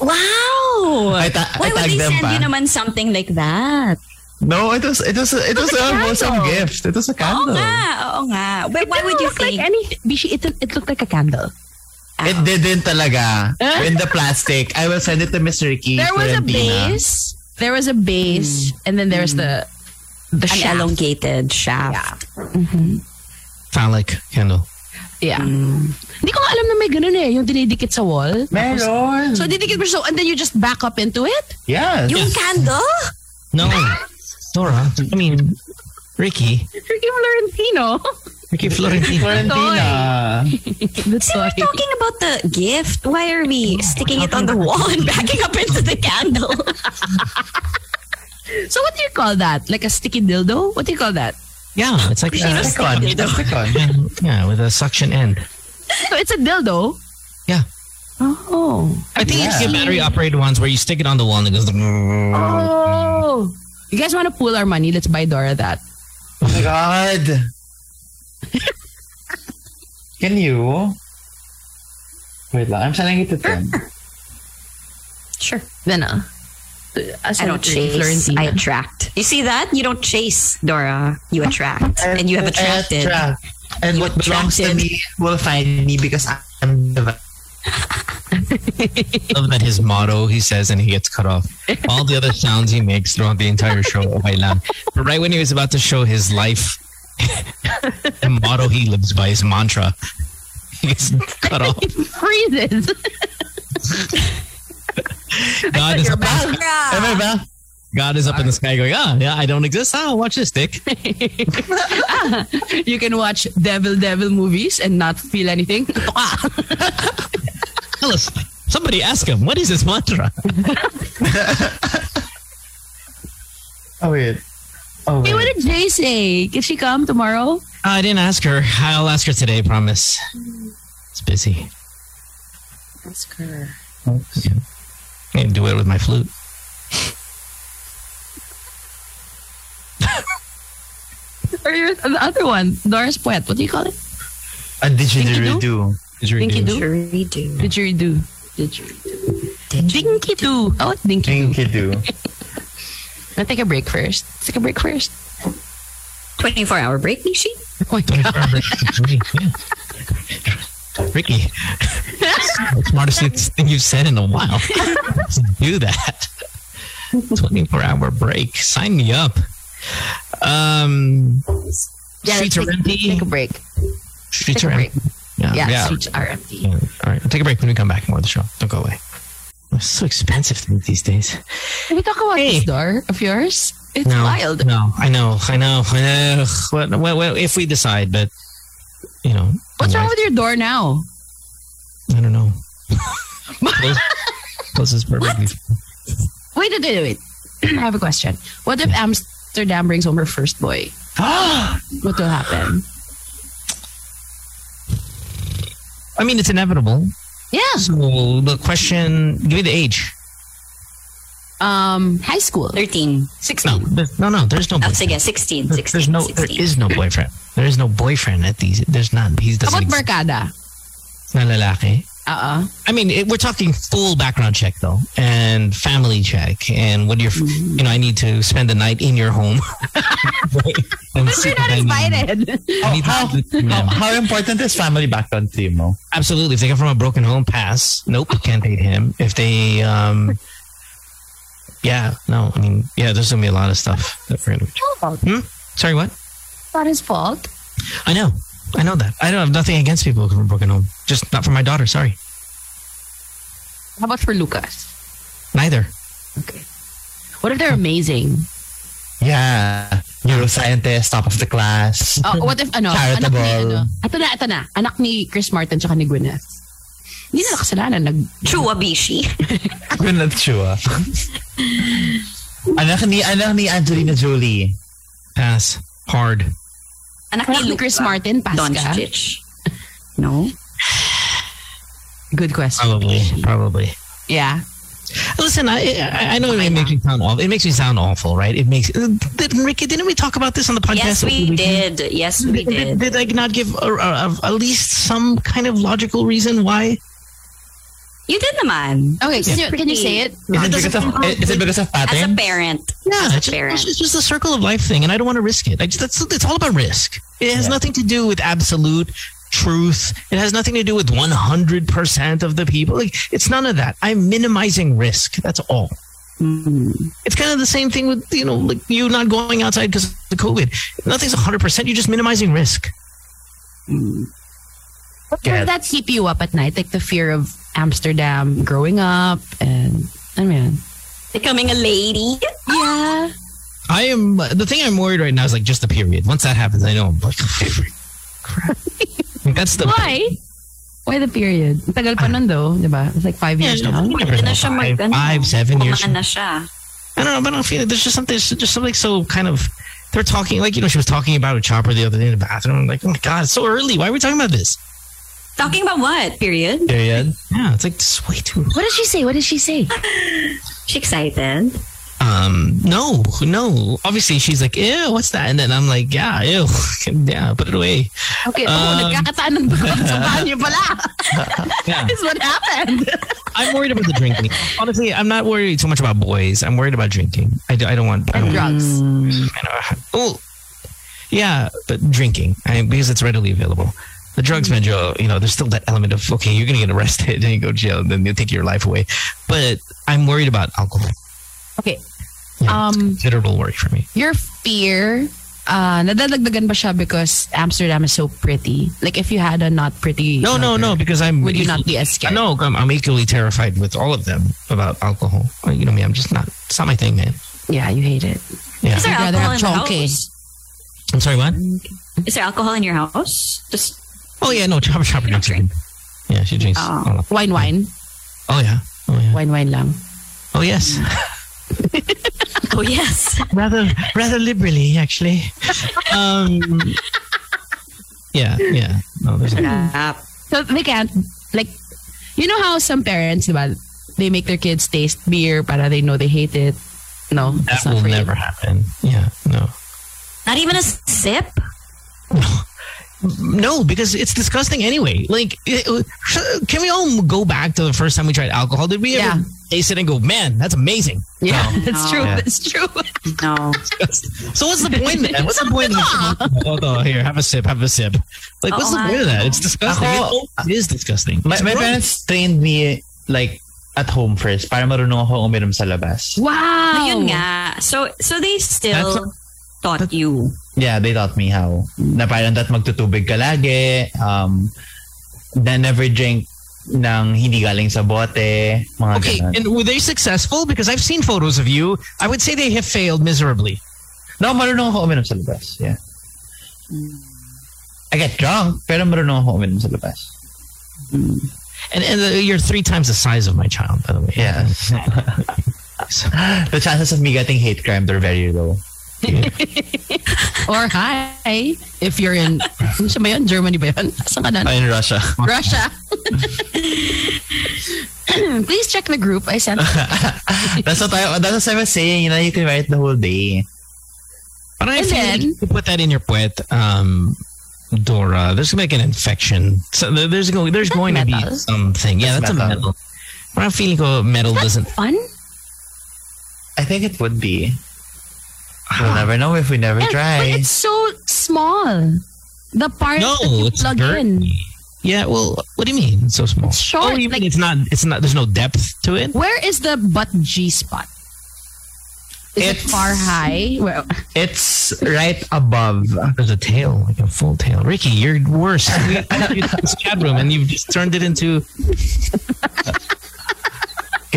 Speaker 3: Wow.
Speaker 4: I, ta-
Speaker 3: Why
Speaker 4: I
Speaker 3: would
Speaker 4: tagged
Speaker 3: they
Speaker 4: them
Speaker 3: send
Speaker 4: pa.
Speaker 3: you naman something like that?
Speaker 4: No, it was it was it was a wholesome gift. It was a
Speaker 3: Oo
Speaker 4: candle.
Speaker 3: nga, oo nga. But why
Speaker 5: It
Speaker 3: would you
Speaker 5: looked like
Speaker 3: think?
Speaker 5: any Bishi, it, it looked like a candle.
Speaker 4: It didn't talaga. In the plastic. I will send it to Miss Ricky.
Speaker 5: There was a
Speaker 4: Florentina.
Speaker 5: base. There was a base, and then there's the the
Speaker 3: An
Speaker 5: shaft.
Speaker 3: elongated shaft.
Speaker 1: Phallic candle.
Speaker 5: Yeah. Hindi ko nga alam na may ganun eh, yung dinidikit sa wall.
Speaker 4: Meron.
Speaker 5: So didikit mo siya, and then you just back up into it?
Speaker 4: Yes.
Speaker 3: Yung candle?
Speaker 4: <laughs>
Speaker 1: No. Nora. I mean, Ricky.
Speaker 5: Ricky Florentino.
Speaker 1: Ricky Florentino.
Speaker 4: Florentina.
Speaker 5: That's
Speaker 3: See, we're
Speaker 5: sorry.
Speaker 3: talking about the gift. Why are we sticking it on the wall and backing up into the candle?
Speaker 4: <laughs>
Speaker 5: So what do you call that? Like a sticky dildo? What do you call that?
Speaker 1: yeah, it's like uh,
Speaker 4: The
Speaker 1: that.
Speaker 4: second. The second.
Speaker 1: Yeah, with a suction end.
Speaker 5: So it's a dildo.
Speaker 1: Yeah.
Speaker 5: Oh.
Speaker 1: I think it's
Speaker 4: Yeah.
Speaker 1: the battery operated ones where you stick it on the wall and it goes.
Speaker 5: Oh. You guys want to pool our money? Let's buy Dora that.
Speaker 4: Oh my God. Can you? Wait lang. I'm sending it to them.
Speaker 3: Sure.
Speaker 5: Then uh, as
Speaker 3: I
Speaker 5: an
Speaker 3: don't
Speaker 5: Ricky
Speaker 3: chase. I
Speaker 5: Florentino.
Speaker 3: attract. You see that? You don't chase, Dora.
Speaker 1: <laughs>
Speaker 3: You attract. and you have attracted.
Speaker 4: Attract. And
Speaker 3: You
Speaker 4: what belongs to
Speaker 3: attracted.
Speaker 4: me will find me because I'm the
Speaker 1: love that his motto he says and he gets cut off. All the other sounds he makes throughout the entire show, okay lang. But right when he was about to show his life, <laughs> the
Speaker 4: <laughs>
Speaker 1: motto he lives by, his mantra, he gets cut off.
Speaker 5: <laughs> freezes.
Speaker 1: God is up, in the,
Speaker 3: Barbara!
Speaker 4: Am I ba?
Speaker 1: God is up in the sky going, ah, yeah, I don't exist. Ah, watch this dick.
Speaker 5: You can watch Devil Devil movies and not feel anything. <laughs>
Speaker 1: Tell us. Somebody ask him, what is his mantra?
Speaker 4: Oh, wait. Oh,
Speaker 2: Hey, what
Speaker 4: wait.
Speaker 2: did Jay say? Can she come tomorrow?
Speaker 1: Uh, I didn't ask her. I'll ask her today, promise. It's busy.
Speaker 3: Ask her.
Speaker 4: Oops.
Speaker 1: I can do it with my flute.
Speaker 2: Or your, the other one, Doris Poet. What do you call it?
Speaker 4: A didgeridoo.
Speaker 2: Dinky
Speaker 1: Didgeridoo.
Speaker 2: do.
Speaker 3: Didgeridoo.
Speaker 2: Didgeridoo. Dinky do. Oh, it's dinky do.
Speaker 5: <laughs>
Speaker 4: Dinkidoo.
Speaker 5: Let's take a break first. Let's take a break first.
Speaker 3: 24 hour break, Nishi?
Speaker 5: Oh my God.
Speaker 1: Yeah. Ricky, <laughs> smartest thing you've said in a while. Do that. 24 hour break. Sign me up. Um,
Speaker 5: Yeah,
Speaker 1: streets
Speaker 5: let's
Speaker 1: are
Speaker 5: take,
Speaker 1: empty.
Speaker 5: take a break.
Speaker 1: Streets
Speaker 5: take a
Speaker 1: are
Speaker 5: break.
Speaker 1: empty. Yeah.
Speaker 5: Yeah,
Speaker 1: Um, yeah.
Speaker 5: streets are empty.
Speaker 1: Yeah. All right. We'll take a break when we come back. More of the show. Don't go away. It's so expensive these days.
Speaker 5: Can we talk about
Speaker 1: Hey.
Speaker 5: this door of yours? It's
Speaker 1: no,
Speaker 5: wild.
Speaker 1: No, I know, I know. Ugh, Well, well, well, if we decide, but you know,
Speaker 5: What's
Speaker 1: my
Speaker 5: wrong
Speaker 1: wife-
Speaker 5: with your door now?
Speaker 1: I don't
Speaker 5: <laughs>
Speaker 1: know. Close- Close is perfectly.
Speaker 5: Wait, wait, wait, <clears throat> wait. I have a question. What if Amsterdam brings home her first boy? What will happen?
Speaker 1: <gasps> I mean, it's inevitable.
Speaker 5: Yeah.
Speaker 1: So the question, give me the age.
Speaker 5: Um, high school.
Speaker 3: 13.
Speaker 1: No,
Speaker 3: 16.
Speaker 1: there's- no, no. There's no.
Speaker 3: Oh,
Speaker 1: Boyfriend.
Speaker 3: sige, 16.
Speaker 1: There-
Speaker 3: 16.
Speaker 1: there's no.
Speaker 3: 16.
Speaker 1: There is no boyfriend. There is no boyfriend at these. There's not. He
Speaker 5: How
Speaker 1: doesn't.
Speaker 5: about
Speaker 1: exist
Speaker 5: Mercada?
Speaker 1: na lalaki. <laughs>
Speaker 5: Uh-uh.
Speaker 1: I mean, it, we're talking full background check though, and family check, and what your,
Speaker 4: Mm.
Speaker 1: you know, I need to spend the night in your
Speaker 4: <laughs>
Speaker 1: home. <laughs> and
Speaker 5: But
Speaker 1: see
Speaker 5: we're
Speaker 1: what
Speaker 5: not
Speaker 1: I need.
Speaker 5: <laughs> invited.
Speaker 1: I need
Speaker 4: how-
Speaker 1: to- <laughs>
Speaker 4: <laughs> How, how important is family background to you, Mo?
Speaker 1: Absolutely. If they come from a broken home, pass. Nope, can't date him. If they, um, yeah, no, I mean, yeah, there's gonna be a lot of stuff that we're gonna. Hmm? Sorry, what?
Speaker 5: not his fault.
Speaker 1: I know, I know that. I don't have nothing against people who come from a broken home. Just not for my daughter. Sorry,
Speaker 5: How about for Lucas?
Speaker 1: neither.
Speaker 5: Okay. What if they're amazing?
Speaker 4: Yeah. Neuroscientist, top of the class.
Speaker 5: Oh, what if ano? Anak
Speaker 4: Charitable.
Speaker 5: ni, ano? Ito na, ito na. Anak ni Chris Martin tsaka ni Gwyneth. Hindi nila kasalanan. Nag, <laughs>
Speaker 3: Chuwabishi.
Speaker 4: Gwyneth Chua. anak ni anak ni Angelina Jolie.
Speaker 1: Pass. Hard.
Speaker 3: Anak
Speaker 5: anak ni
Speaker 3: Luka.
Speaker 5: Chris Martin, pass ka.
Speaker 3: Doncic. No?
Speaker 5: Good question.
Speaker 1: Probably. Probably.
Speaker 5: Yeah.
Speaker 1: Listen, I I, I know it makes me sound awful. It makes me sound awful, right? It makes. Didn't Ricky? Didn't we talk about this on the podcast?
Speaker 3: Yes, we
Speaker 1: over the weekend?
Speaker 3: did.
Speaker 1: <laughs>
Speaker 3: Yes, we
Speaker 1: Did,
Speaker 3: did.
Speaker 1: did I not give a, a, a- at least some kind of logical reason why?
Speaker 3: You did naman.
Speaker 5: Okay, can,
Speaker 3: Yeah.
Speaker 5: you, can you say it?
Speaker 4: Is it because of is it because of
Speaker 3: As a
Speaker 4: pattern?
Speaker 3: parent.
Speaker 1: Yeah,
Speaker 3: As
Speaker 1: it's
Speaker 3: a
Speaker 1: just,
Speaker 3: parent.
Speaker 1: it's just a circle of life thing, and I don't want to risk it. I just, that's it's all about risk. It has
Speaker 4: Yeah.
Speaker 1: nothing to do with absolute truth. It has nothing to do with one hundred percent of the people. Like, it's none of that. I'm minimizing risk. That's all.
Speaker 3: Mm.
Speaker 1: It's kind of the same thing with you know like you not going outside because of the COVID. Nothing's hundred percent. You're just minimizing risk.
Speaker 5: Will that keep you up at night? Like the fear of Amsterdam growing up and, I mean,
Speaker 3: Becoming a lady.
Speaker 5: yeah.
Speaker 1: I am the thing I'm worried right now is like just the period. Once that happens, I know I'm like <laughs> crap.
Speaker 3: <laughs>
Speaker 1: That's the
Speaker 5: Why? Why the period? Ang Tagal pa nun though, di ba? It's like five years
Speaker 1: Yeah,
Speaker 5: now.
Speaker 1: whatever,
Speaker 3: Hindi na siya
Speaker 1: five,
Speaker 3: mag- ano,
Speaker 1: five, seven years.
Speaker 3: Kumaan na siya.
Speaker 1: I don't know, but I don't feel it. There's just something, there's just something so kind of. They're talking like you know she was talking about a chopper the other day in the bathroom. I'm like, oh my god, it's so early. Why are we talking about this?
Speaker 3: Talking about what? Period?
Speaker 4: Period.
Speaker 1: Yeah, it's like this is way too.
Speaker 5: What did she say? What did she say?
Speaker 3: She excited.
Speaker 1: Um, no, no. Obviously, she's like, ew, what's that? And then I'm like, yeah, ew, <laughs> yeah, put it away.
Speaker 5: Okay, oh,
Speaker 1: Um,
Speaker 5: nagkakataan ng <laughs> bagong sa bahan niyo pala.
Speaker 1: <laughs> Yeah,
Speaker 5: That's what happened.
Speaker 1: I'm worried about the drinking. Honestly, I'm not worried so much about boys. I'm worried about drinking. I, do, I don't want. I
Speaker 5: And
Speaker 1: don't want
Speaker 5: drugs.
Speaker 1: I know. Oh, yeah, but drinking I, because it's readily available. The drugs, medyo, you know, there's still that element of okay, you're gonna get arrested <laughs> and you go to jail, and then they take your life away. But I'm worried about alcohol.
Speaker 5: Okay.
Speaker 1: Yeah,
Speaker 5: Um,
Speaker 1: considerable worry for me.
Speaker 5: your fear uh, nadadagdagan ba siya because Amsterdam is so pretty? Like if you had a not pretty
Speaker 1: No, no, no,
Speaker 5: lover,
Speaker 1: because I'm. e-
Speaker 5: Would you not be as
Speaker 1: I
Speaker 5: scared?
Speaker 1: know I'm, I'm equally terrified with all of them about alcohol. Uh, You know me, I'm just not. It's not my thing, man.
Speaker 5: Yeah, you hate it.
Speaker 1: Yeah.
Speaker 3: Is there
Speaker 5: I'd rather
Speaker 3: alcohol in
Speaker 5: have
Speaker 3: the
Speaker 5: chonky.
Speaker 3: house?
Speaker 1: I'm sorry, what?
Speaker 3: Is there alcohol in your house? Just
Speaker 1: Oh yeah, no, chopper chopper drinks.
Speaker 3: drink.
Speaker 1: Yeah, she drinks.
Speaker 3: Oh.
Speaker 1: all of-
Speaker 5: Wine, wine.
Speaker 1: Oh yeah. Oh yeah.
Speaker 5: Wine, wine lang.
Speaker 1: Oh
Speaker 5: Mm.
Speaker 1: yes.
Speaker 3: oh yes.
Speaker 1: rather rather liberally actually. Um, yeah, yeah. No, there's no-
Speaker 3: <laughs> Crap.
Speaker 5: So they can't, like, you know how some parents, diba, they make their kids taste beer para they know they hate it. No,
Speaker 1: that
Speaker 5: that's not
Speaker 1: will
Speaker 5: for you.
Speaker 1: never happen. Yeah, no.
Speaker 3: Not even a sip.
Speaker 1: No, because it's disgusting anyway. Like, it- it- can we all go back to the first time we tried alcohol? Did we ever
Speaker 5: Yeah.
Speaker 1: taste it and go, man, that's amazing?
Speaker 5: Yeah,
Speaker 1: No.
Speaker 5: <laughs> that's true.
Speaker 4: Yeah.
Speaker 5: That's true.
Speaker 3: No.
Speaker 1: So what's the point then? What's the
Speaker 5: <laughs>
Speaker 1: point? of- Hold on, here, have a sip, have a sip. Like, what's the
Speaker 5: Oh
Speaker 3: Oo nga.
Speaker 1: point of that? It's disgusting.
Speaker 4: Ako-
Speaker 1: it is disgusting.
Speaker 4: My,
Speaker 1: It's
Speaker 4: my
Speaker 1: gross.
Speaker 4: parents trained me like at home first para marunong ako uminom sa labas.
Speaker 5: Wow.
Speaker 3: Ayun nga. So so they still taught you.
Speaker 4: Yeah, they taught me how. Na parang that magtutubig ka lagi. Um, na never drink ng hindi galing sa bote. Mga
Speaker 1: Okay,
Speaker 4: ganun.
Speaker 1: and were they successful? Because I've seen photos of you. I would say they have failed miserably.
Speaker 4: No, marunong ako uminom sa labas. Yeah. I get drunk, pero marunong ako uminom sa labas.
Speaker 1: And, and uh, you're three times the size of my child, by the way.
Speaker 4: Yeah. <laughs> The chances of me getting hate crime are very low.
Speaker 5: Or hi, if
Speaker 1: <laughs>
Speaker 5: you're in, saan ba yun? Germany ba yun? Saan ka na?
Speaker 4: in Russia.
Speaker 5: Oh, Russia. <clears throat> Please check the group I
Speaker 4: <laughs>
Speaker 5: sent.
Speaker 4: that's what I that's what I was saying. You know, you can write the whole day.
Speaker 1: But I
Speaker 5: And
Speaker 1: feel like
Speaker 5: then-
Speaker 1: if you put that in your puwet, um, Dora. There's gonna be like an infection. So there- there's going there's going to be
Speaker 5: metal?
Speaker 1: something. Yeah, that's,
Speaker 4: That's
Speaker 1: a
Speaker 4: metal.
Speaker 1: metal. But I'm feeling like metal doesn't.
Speaker 5: Fun?
Speaker 4: I think it would be. We'll never know if we never
Speaker 5: And- But
Speaker 4: try.
Speaker 5: it's so small. The part
Speaker 1: No,
Speaker 5: that you
Speaker 1: it's
Speaker 5: plug
Speaker 1: dirt.
Speaker 5: in.
Speaker 1: Yeah. Well, what do you mean? It's so small.
Speaker 5: It's short,
Speaker 1: Oh, you mean
Speaker 5: like-
Speaker 1: it's not. It's not. There's no depth to it.
Speaker 5: Where is the butt G spot? Is it
Speaker 4: It's-
Speaker 5: far high? Well,
Speaker 4: It's right above.
Speaker 1: There's a tail, like a full tail. Ricky, you're worse. <laughs> We you to this chat room, and you've just turned it into.
Speaker 4: <laughs>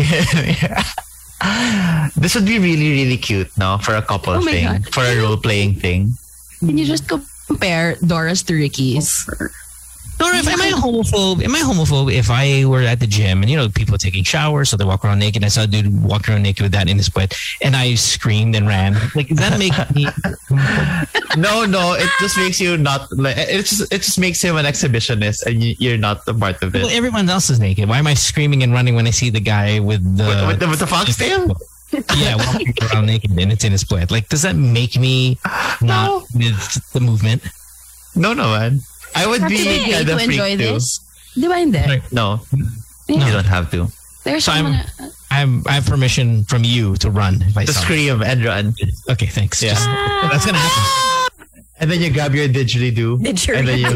Speaker 4: this would be really, really cute, no? For a couple
Speaker 5: Oh my
Speaker 4: thing.
Speaker 5: God.
Speaker 4: For a role playing thing.
Speaker 5: can you just compare Dora's to Ricky's?
Speaker 1: Or if am I homophobe? Am I homophobe if I were at the gym and you know people are taking showers so they walk around naked? I saw a dude walk around naked with that in his butt, and I screamed and ran. Like does that make
Speaker 4: <laughs>
Speaker 1: me?
Speaker 4: No, no, it just makes you not like it just it just makes him an exhibitionist and you, you're not a part of it.
Speaker 1: Well, everyone else is naked. Why am I screaming and running when I see the guy with the?
Speaker 4: with, with the, with the fox tail?
Speaker 1: <laughs> yeah, walking around naked and it's in his butt. Like, does that make
Speaker 4: <gasps>
Speaker 1: me not with the movement?
Speaker 4: No, no, man. I would
Speaker 5: Have to
Speaker 4: be
Speaker 5: pay
Speaker 4: kind
Speaker 5: to
Speaker 4: of
Speaker 5: enjoy
Speaker 4: freaked too.
Speaker 5: this? Di ba hindi?
Speaker 1: Right.
Speaker 4: No, you
Speaker 1: No,
Speaker 4: don't have to.
Speaker 5: There's
Speaker 1: So
Speaker 5: someone-
Speaker 1: I'm. I have permission from you to run if I
Speaker 4: Just
Speaker 1: saw.
Speaker 4: scream and run.
Speaker 1: Okay, thanks.
Speaker 4: Yeah.
Speaker 1: Just-
Speaker 5: Ah!
Speaker 1: that's gonna happen.
Speaker 4: And then you grab your didgeridoo.
Speaker 3: Didgeridoo.
Speaker 4: And then you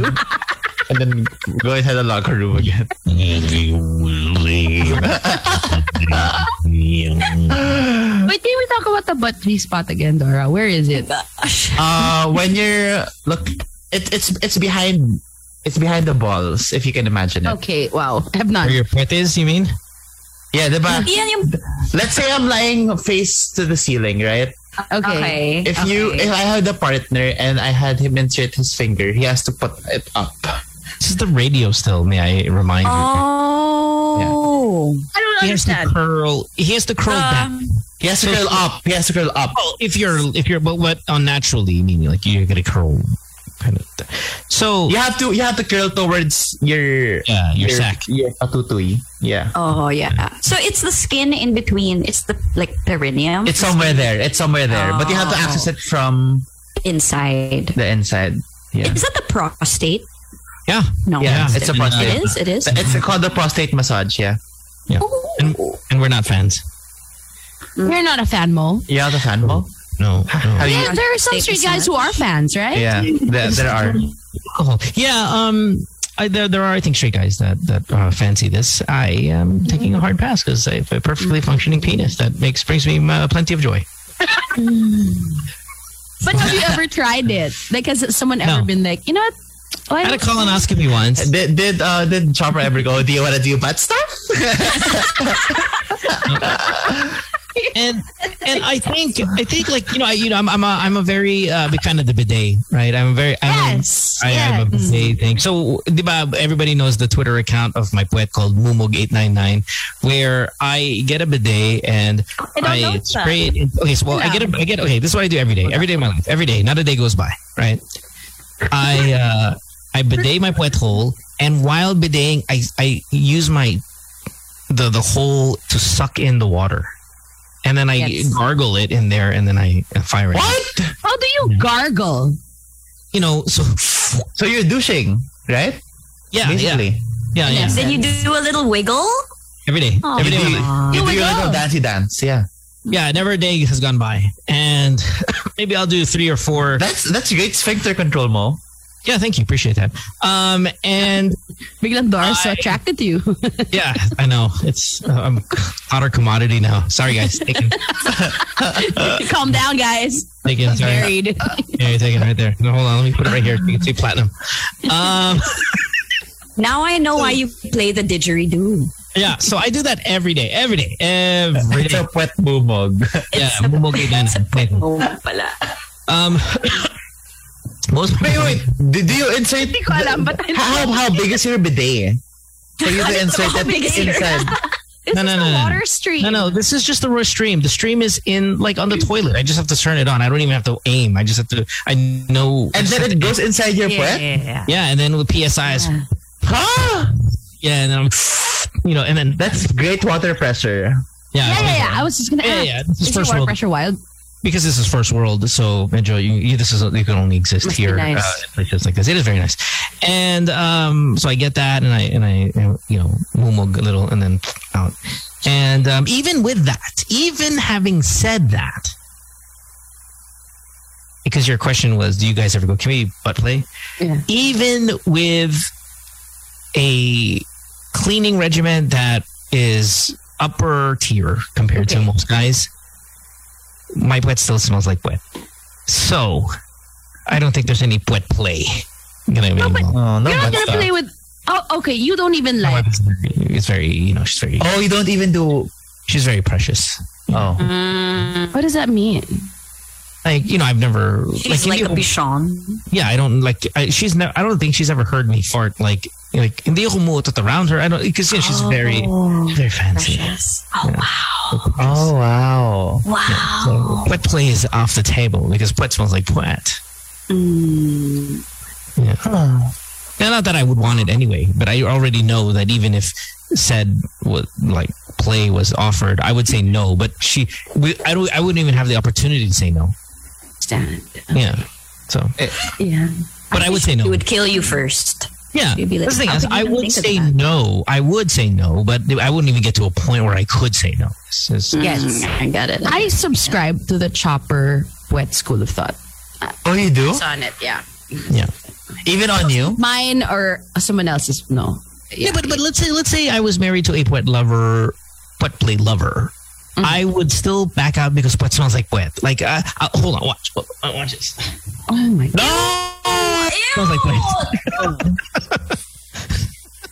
Speaker 4: and then go inside the locker room again.
Speaker 5: Wait, can we talk about the butt G spot again, Dora? Where is it?
Speaker 3: Gosh.
Speaker 4: Uh when you're look it, it's it's behind it's behind the balls, if you can imagine it.
Speaker 5: Okay, wow. I have not.
Speaker 1: Where your putt is, you mean?
Speaker 4: Yeah, the back.
Speaker 3: Yan yung
Speaker 4: Let's say I'm lying face to the ceiling, right?
Speaker 5: Okay.
Speaker 3: okay.
Speaker 4: If you
Speaker 3: okay.
Speaker 4: if I had a partner and I had him insert his finger, he has to put it up.
Speaker 1: This is the radio still, may I remind you.
Speaker 3: Oh.
Speaker 2: I don't
Speaker 1: He has to
Speaker 2: understand.
Speaker 1: curl he has to curl back.
Speaker 3: Um,
Speaker 4: He has to curl up. He has to curl up.
Speaker 1: Well, if you're if you're but what unnaturally meaning like you're gonna curl kind of so
Speaker 4: You have to you have to curl towards your
Speaker 1: yeah, your sack.
Speaker 4: Your patutoy. Yeah.
Speaker 3: oh yeah. So it's the skin in between. It's the like perineum
Speaker 4: It's somewhere there. It's somewhere there. But you have to
Speaker 3: Oh.
Speaker 4: access it from
Speaker 3: inside.
Speaker 4: the inside. Yeah.
Speaker 3: Is that the prostate?
Speaker 1: Yeah.
Speaker 3: No.
Speaker 1: Yeah,
Speaker 3: it's
Speaker 4: It's a prostate.
Speaker 3: it is. It is. Oh.
Speaker 4: It's called the prostate massage. Yeah.
Speaker 1: And, and we're not fans.
Speaker 5: You're not a fan, Mo.
Speaker 4: You have the fan ball?
Speaker 1: No.
Speaker 4: Have
Speaker 1: no.
Speaker 4: you-
Speaker 5: Yeah, there are some
Speaker 3: Take
Speaker 5: straight
Speaker 3: this
Speaker 5: guys who are fans, right?
Speaker 4: Yeah. There, there are.
Speaker 1: Alcohol. Yeah, um I, there, there are, I think, straight guys that that uh, fancy this. I am taking a hard pass because I have a perfectly functioning penis that makes brings me uh, plenty of joy.
Speaker 5: But have you ever tried it? Like, has someone ever
Speaker 1: No.
Speaker 5: been like, you know what? Why
Speaker 1: I had a
Speaker 5: don't
Speaker 1: colonoscopy once.
Speaker 4: Did did uh did Chopper ever go? Do you want to do butt stuff?
Speaker 1: and and I think I think like you know I you know I'm I'm a I'm a very uh, big fan of the bidet right I'm very I'm,
Speaker 5: Yes.
Speaker 1: I have a bidet thing so di ba, everybody knows the Twitter account of my poet called Mumog899 where I get a bidet and
Speaker 2: I don't know
Speaker 1: I
Speaker 2: that.
Speaker 1: spray it in, okay so well I get a, I get okay this is what I do every day every day of my life every day not a day goes by right I uh, I bidet my poet hole and while bidetting I I use my the the hole to suck in the water. And then I
Speaker 5: Yes.
Speaker 1: gargle it in there and then I fire it.
Speaker 4: What?
Speaker 5: How do you gargle?
Speaker 1: You know, so
Speaker 4: So you're douching, right?
Speaker 1: yeah, yeah,
Speaker 4: Basically.
Speaker 1: yeah, yeah.
Speaker 5: Yes.
Speaker 3: Did you do a little wiggle?
Speaker 1: Every day. Every day.
Speaker 4: You
Speaker 1: when I-
Speaker 4: do, you
Speaker 5: Here we
Speaker 4: do your
Speaker 5: go.
Speaker 4: little dancey dance. Yeah.
Speaker 1: Yeah, never a day has gone by. And <laughs> maybe I'll do three or four.
Speaker 4: That's that's great sphincter control, Mo.
Speaker 1: Yeah, thank you. Appreciate that. Um,
Speaker 4: <laughs>
Speaker 1: and
Speaker 5: Biglang Doris so
Speaker 1: I-
Speaker 5: attracted to you.
Speaker 1: <laughs> yeah, I know it's uh, I'm hotter commodity now. Sorry guys, taken,
Speaker 5: Calm down, guys.
Speaker 1: taken, sorry. <laughs>
Speaker 5: Married.
Speaker 1: Yeah, you're taken right there. No, hold on, let me put it right here. You can see platinum. Um,
Speaker 3: Now I know why you play the didgeridoo.
Speaker 1: yeah, so I do that every day, every day, every
Speaker 4: It's <laughs>
Speaker 1: day.
Speaker 4: a wet bumog.
Speaker 1: Yeah, bumugay na na.
Speaker 3: Oh, pala.
Speaker 1: Um, most
Speaker 4: wait, wait. Do, do you insert?
Speaker 2: Hindi ko alam, but I know.
Speaker 4: how how big is your bidet? For you to insert it
Speaker 3: big is your-
Speaker 4: inside.
Speaker 2: This
Speaker 1: No, no,
Speaker 2: is
Speaker 1: no,
Speaker 2: a
Speaker 1: no.
Speaker 2: water stream.
Speaker 1: no, no, this is just the raw stream. The stream is in like on the toilet. I just have to turn it on. I don't even have to aim. I just have to. I know.
Speaker 4: And then it goes inside your butt?
Speaker 3: Yeah.
Speaker 1: yeah, and then with PSIs. Yeah,
Speaker 4: Huh?
Speaker 1: and then I'm, you know, and then
Speaker 4: That's great water pressure.
Speaker 1: yeah,
Speaker 5: Yeah, yeah, yeah. I was just gonna
Speaker 1: Yeah,
Speaker 5: ask.
Speaker 1: yeah, this is
Speaker 5: your
Speaker 1: first
Speaker 5: water
Speaker 1: world.
Speaker 5: pressure wild?
Speaker 1: because this is first world, so Benjo, you, you this is you can only exist
Speaker 5: Must be
Speaker 1: here
Speaker 5: nice.
Speaker 1: uh, in places like this. It is very nice, and um, so I get that, and I and I you know mumog a little, and then out, and um, even with that, even having said that, because your question was, do you guys ever go? Can we butt play?
Speaker 5: Yeah.
Speaker 1: Even with a cleaning regimen that is upper tier compared to
Speaker 5: Okay.
Speaker 1: most guys, my wet still smells like wet. So, I don't think there's any wet play. Gonna be
Speaker 5: No, but-
Speaker 1: involved.
Speaker 4: Oh, no
Speaker 5: You're not
Speaker 4: butt
Speaker 5: gonna
Speaker 4: stuff.
Speaker 5: play with. Oh, okay. You don't even
Speaker 1: My
Speaker 5: like.
Speaker 1: wife is very- It's very, you know, she's very,
Speaker 4: Oh, you don't even do.
Speaker 1: she's very precious.
Speaker 4: Oh.
Speaker 1: Mm.
Speaker 5: What does that mean?
Speaker 1: Like, you know, I've never,
Speaker 3: She's like,
Speaker 1: you
Speaker 3: a
Speaker 1: know,
Speaker 3: bichon.
Speaker 1: yeah, I don't like, I, she's never, I don't think she's ever heard me fart like, like, hindi ako umuutot around her. I don't, because you know, she's very,
Speaker 3: Oh,
Speaker 1: very fancy.
Speaker 3: precious. Oh,
Speaker 4: Oh, wow.
Speaker 3: wow.
Speaker 1: So, wet play is off the table because wet smells like wet.
Speaker 3: Mm.
Speaker 1: Now, not that I would want it anyway, but I already know that even if said what like play was offered, I would say no. But she, we, I don't, I wouldn't even have the opportunity to say no.
Speaker 3: Understand.
Speaker 1: Yeah. So,
Speaker 5: Yeah.
Speaker 1: but I would say
Speaker 3: It
Speaker 1: no.
Speaker 3: would kill you first.
Speaker 1: Yeah.
Speaker 3: you'd be like,
Speaker 1: That's the thing
Speaker 3: how
Speaker 1: is,
Speaker 3: could you
Speaker 1: I
Speaker 3: even
Speaker 1: would
Speaker 3: think of
Speaker 1: say
Speaker 3: that?
Speaker 1: no. I would say no, but I wouldn't even get to a point where I could say no. It's just-
Speaker 5: Yes.
Speaker 3: Mm, I got it.
Speaker 5: I subscribe to the Chopper Wet School of Thought.
Speaker 4: Oh, you do?
Speaker 5: on it, yeah.
Speaker 1: yeah.
Speaker 4: Even on you?
Speaker 5: Mine or ah, someone else's? No.
Speaker 1: Yeah, but but let's say let's say I was married to a wet lover, wet play lover. I would still back out because wet smells like wet. Like, uh, uh, hold on, watch, watch, watch this.
Speaker 5: Oh my god.
Speaker 1: No, smells like wet.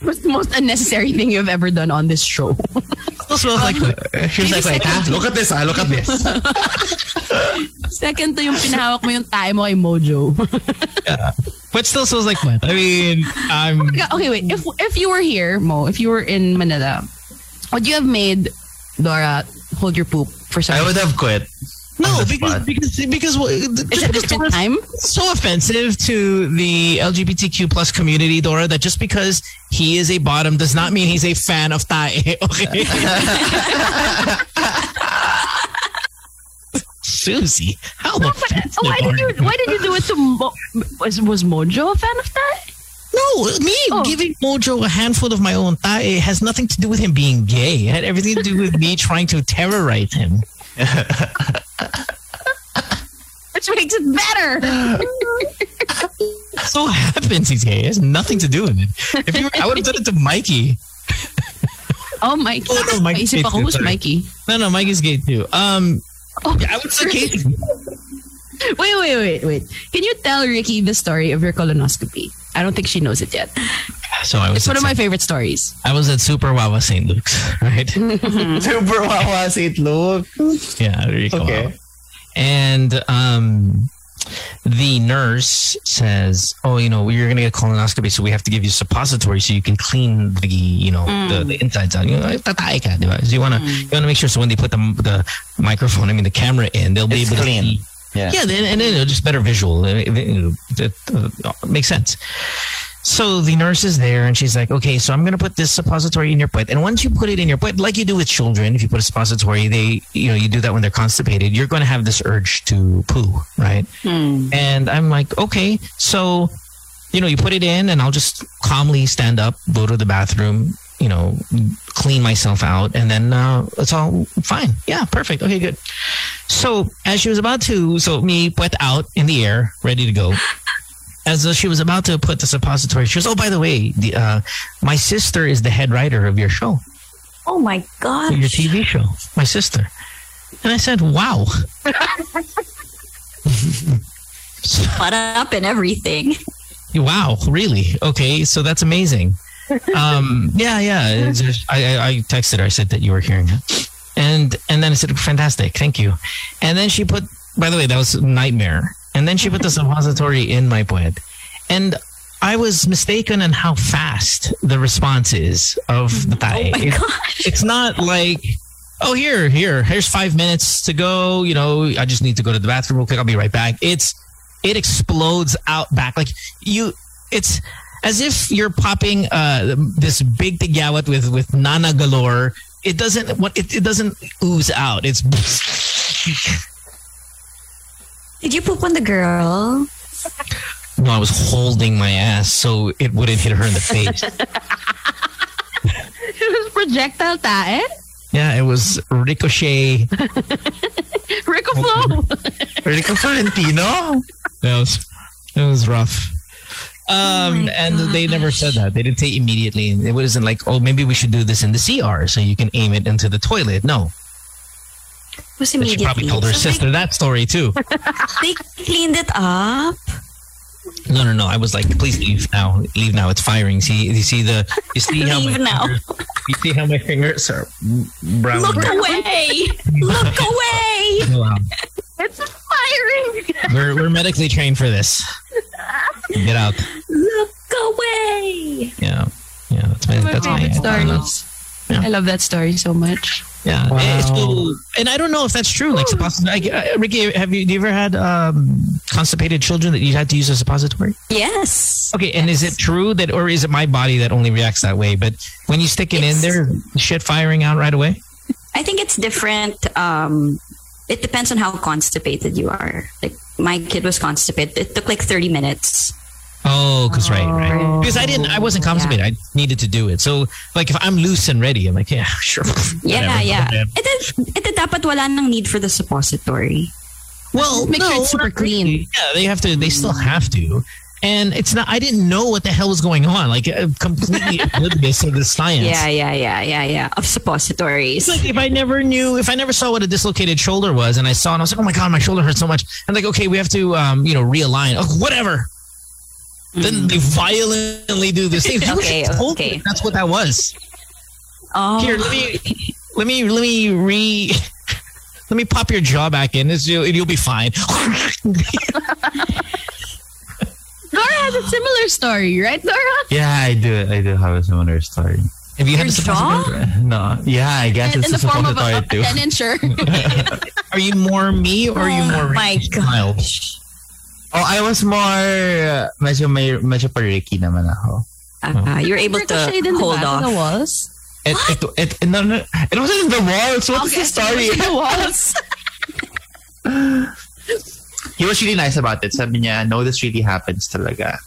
Speaker 5: What's the most unnecessary thing you've ever done on this show? <laughs>
Speaker 1: Still smells like <laughs> wet.
Speaker 4: She was like, wait, ah, look at this, ah, look at this.
Speaker 5: Second to yung pinahawak mo yung tae mo kay <laughs> Mojo.
Speaker 1: Wet still smells like wet. Oh I mean, I'm
Speaker 5: okay, wait. If if you were here, Mo, if you were in Manila, would you have made Dora hold your poop for some
Speaker 4: I would have quit. On
Speaker 1: no
Speaker 4: the
Speaker 1: because
Speaker 4: spot.
Speaker 1: because because well,
Speaker 5: Is
Speaker 1: just
Speaker 5: it
Speaker 1: because
Speaker 5: <laughs> different
Speaker 1: Dora's
Speaker 5: time?
Speaker 1: so offensive to the LGBTQ plus community, Dora. That just because he is a bottom does not mean he's a fan of Tae. <laughs> Okay. Susie, how
Speaker 5: No, but oh,
Speaker 1: offensive
Speaker 5: why
Speaker 1: are
Speaker 5: did you why did you do it to Mo- was was Mojo a fan of that?
Speaker 1: No, me
Speaker 5: Oh.
Speaker 1: giving Mojo a handful of my own tae has nothing to do with him being gay. It had everything to do with
Speaker 5: <laughs>
Speaker 1: me trying to terrorize him.
Speaker 5: Which makes it better.
Speaker 1: So happens he's gay. It has nothing to do with it. If you, I would have done it to Mikey.
Speaker 5: Oh Mikey.
Speaker 1: Oh, no, Mikey
Speaker 5: Maisip ako
Speaker 1: takes
Speaker 5: who's
Speaker 1: it, sorry.
Speaker 5: Mikey. <laughs>
Speaker 1: No, no, Mikey's gay too. Um,
Speaker 5: Oh,
Speaker 1: yeah, I would say gay.
Speaker 5: Wait, wait, wait, wait. Can you tell Ricky the story of your colonoscopy? I don't think she knows it yet.
Speaker 1: So I was
Speaker 5: It's one
Speaker 1: at,
Speaker 5: of my favorite stories. <laughs>
Speaker 1: I was at Super Wawa St. Luke's, <laughs> right? <laughs>
Speaker 4: Super wawa St. Luke.
Speaker 1: yeah, there you go.
Speaker 4: Okay.
Speaker 1: And um, the nurse says, "Oh, you know, you're gonna get a colonoscopy, so we have to give you suppository so you can clean the, you know,
Speaker 5: Mm.
Speaker 1: the, the insides out. You know, tatay ka, di ba? So you wanna, you wanna make sure so when they put the the microphone, I mean the camera in, they'll be
Speaker 4: It's
Speaker 1: able
Speaker 4: clean.
Speaker 1: to see."
Speaker 4: Yeah.
Speaker 1: yeah, then, and then it'll just better visual. It, it- it- it- it uh, makes sense. So the nurse is there and she's like, okay, so I'm going to put this suppository in your putt. And once you put it in your putt, like you do with children, if you put a suppository, they, you know, you do that when they're constipated, you're going to have this urge to poo, right? And I'm like, okay, so, you know, you put it in and I'll just calmly stand up, go to the bathroom, you know, clean myself out. And then uh, it's all fine. Yeah, perfect. Okay, good. So as she was about to, so me put out in the air, ready to go. As though she was about to put the suppository, she was, oh, by the way, the, uh, my sister is the head writer of your show,
Speaker 3: Oh my
Speaker 1: of your
Speaker 3: gosh.
Speaker 1: TV show, my sister. And I said, wow. So-
Speaker 3: Butt up and everything.
Speaker 1: Wow, really? Okay, so that's
Speaker 3: <laughs>
Speaker 1: amazing. Um, yeah, yeah. it's just- I, I, I texted her. I said that you were hearing it, and and then I said, "Fantastic, thank you." And then she put. By the way, that was a nightmare. And then she
Speaker 3: <laughs>
Speaker 1: put the suppository in my puwet, and I was mistaken in how fast the response is of the
Speaker 3: Oh
Speaker 1: thai.
Speaker 3: my
Speaker 1: It-
Speaker 3: gosh.
Speaker 1: it's not like oh here here here's five minutes to go you know i just need to go to the bathroom real quick i'll be right back it's it explodes out back like you it's as if you're popping uh this big tigawat with with nana galore it doesn't what it, it doesn't ooze out it's
Speaker 3: Did you poop on the girl?
Speaker 1: no i was holding my ass so it wouldn't hit her in the face
Speaker 2: It was projectile tae.
Speaker 1: yeah it was ricochet
Speaker 2: Rico Flow.
Speaker 4: Rico Florentino?
Speaker 1: That was that was rough. Um,
Speaker 3: Oh my
Speaker 1: and they never
Speaker 3: gosh.
Speaker 1: said that. They didn't say immediately. It wasn't like, oh, maybe we should do this in the CR so you can aim it into the toilet. No,
Speaker 3: It was
Speaker 1: she
Speaker 3: immediately.
Speaker 1: probably told her
Speaker 3: So
Speaker 1: sister that story
Speaker 3: <laughs>
Speaker 1: too.
Speaker 3: They, they cleaned it up.
Speaker 1: no, no, no. I was like, please leave now. Leave now. It's firing. See, you see the, you see how my
Speaker 3: Leave now.
Speaker 1: fingers, you see how my fingers are brown.
Speaker 3: Look away. Look away.
Speaker 1: Wow.
Speaker 2: It's firing.
Speaker 1: We're we're medically trained for this. Get out.
Speaker 3: Look away.
Speaker 1: Yeah, yeah. That's
Speaker 3: Oh
Speaker 1: my,
Speaker 2: My
Speaker 1: that's my
Speaker 2: favorite
Speaker 1: I-
Speaker 2: stories.
Speaker 1: Yeah.
Speaker 5: I love that story so much.
Speaker 1: Yeah,
Speaker 4: Wow.
Speaker 1: and, so- and I don't know if that's true. Like, suppository, like uh, Ricky, have you, do you ever had um, constipated children that you had to use a suppository?
Speaker 3: Yes.
Speaker 1: Okay, and is it true that, or is it my body that only reacts that way? But when you stick it in
Speaker 3: It's-
Speaker 1: there, shit firing out right away.
Speaker 3: I think it's different. Um, it depends on how constipated you are. Like my kid was constipated. It took like 30 minutes.
Speaker 1: Oh, because right, right. Because I didn't, I wasn't constipated. I needed to do it. So, like, if I'm loose and ready, I'm like, yeah, <laughs> sure.
Speaker 3: Yeah,
Speaker 1: Whatever.
Speaker 3: yeah.
Speaker 1: Okay.
Speaker 3: It is, it is dapat wala nang need for the suppository.
Speaker 1: Well,
Speaker 5: Make
Speaker 1: no,
Speaker 5: sure it's super clean.
Speaker 1: Yeah, they have to. They still have to. And it's not. I didn't know what the hell was going on. Like uh,
Speaker 5: <laughs>
Speaker 1: completely oblivious of the science.
Speaker 3: Yeah, yeah, yeah, yeah, yeah. Of
Speaker 1: It's
Speaker 3: suppositories.
Speaker 1: like if I never knew, if I never saw what a dislocated shoulder was, and I saw, and I was like, "Oh my god, my shoulder hurts so much," and like, okay, we have to, um, you know, realign. Oh, whatever.
Speaker 5: Mm.
Speaker 1: Then they violently do this thing. You
Speaker 3: Okay,
Speaker 1: should've told
Speaker 3: okay.
Speaker 1: me That's what that was.
Speaker 3: oh,
Speaker 1: Here, let
Speaker 5: <laughs>
Speaker 1: me, let me, let me re, <laughs> let me pop your jaw back in. It's, you'll, you'll be fine. <laughs>
Speaker 5: Dora has a similar story, right, Dora?
Speaker 4: Yeah, I do. I do have a similar story. <laughs>
Speaker 1: Have you had
Speaker 3: Your
Speaker 1: a suppository?
Speaker 4: No. Yeah, I guess
Speaker 5: In
Speaker 4: it's
Speaker 5: the
Speaker 4: a
Speaker 5: form of
Speaker 4: suppository too.
Speaker 5: a, an
Speaker 4: <laughs>
Speaker 5: insurer.
Speaker 1: Are you more me or are you
Speaker 3: Oh
Speaker 1: more
Speaker 3: my
Speaker 1: child?
Speaker 4: Oh, I was more uh, medyo may medyo pa Ricky naman ako.
Speaker 3: uh, you're able
Speaker 5: Ricocheted
Speaker 3: to hold
Speaker 5: back of
Speaker 3: off.
Speaker 5: the walls.
Speaker 4: It, it, it, no, no, it wasn't in the walls. What's the story?
Speaker 5: <laughs> The walls.
Speaker 4: He was really nice about it. Sabi niya, no, this really happens talaga.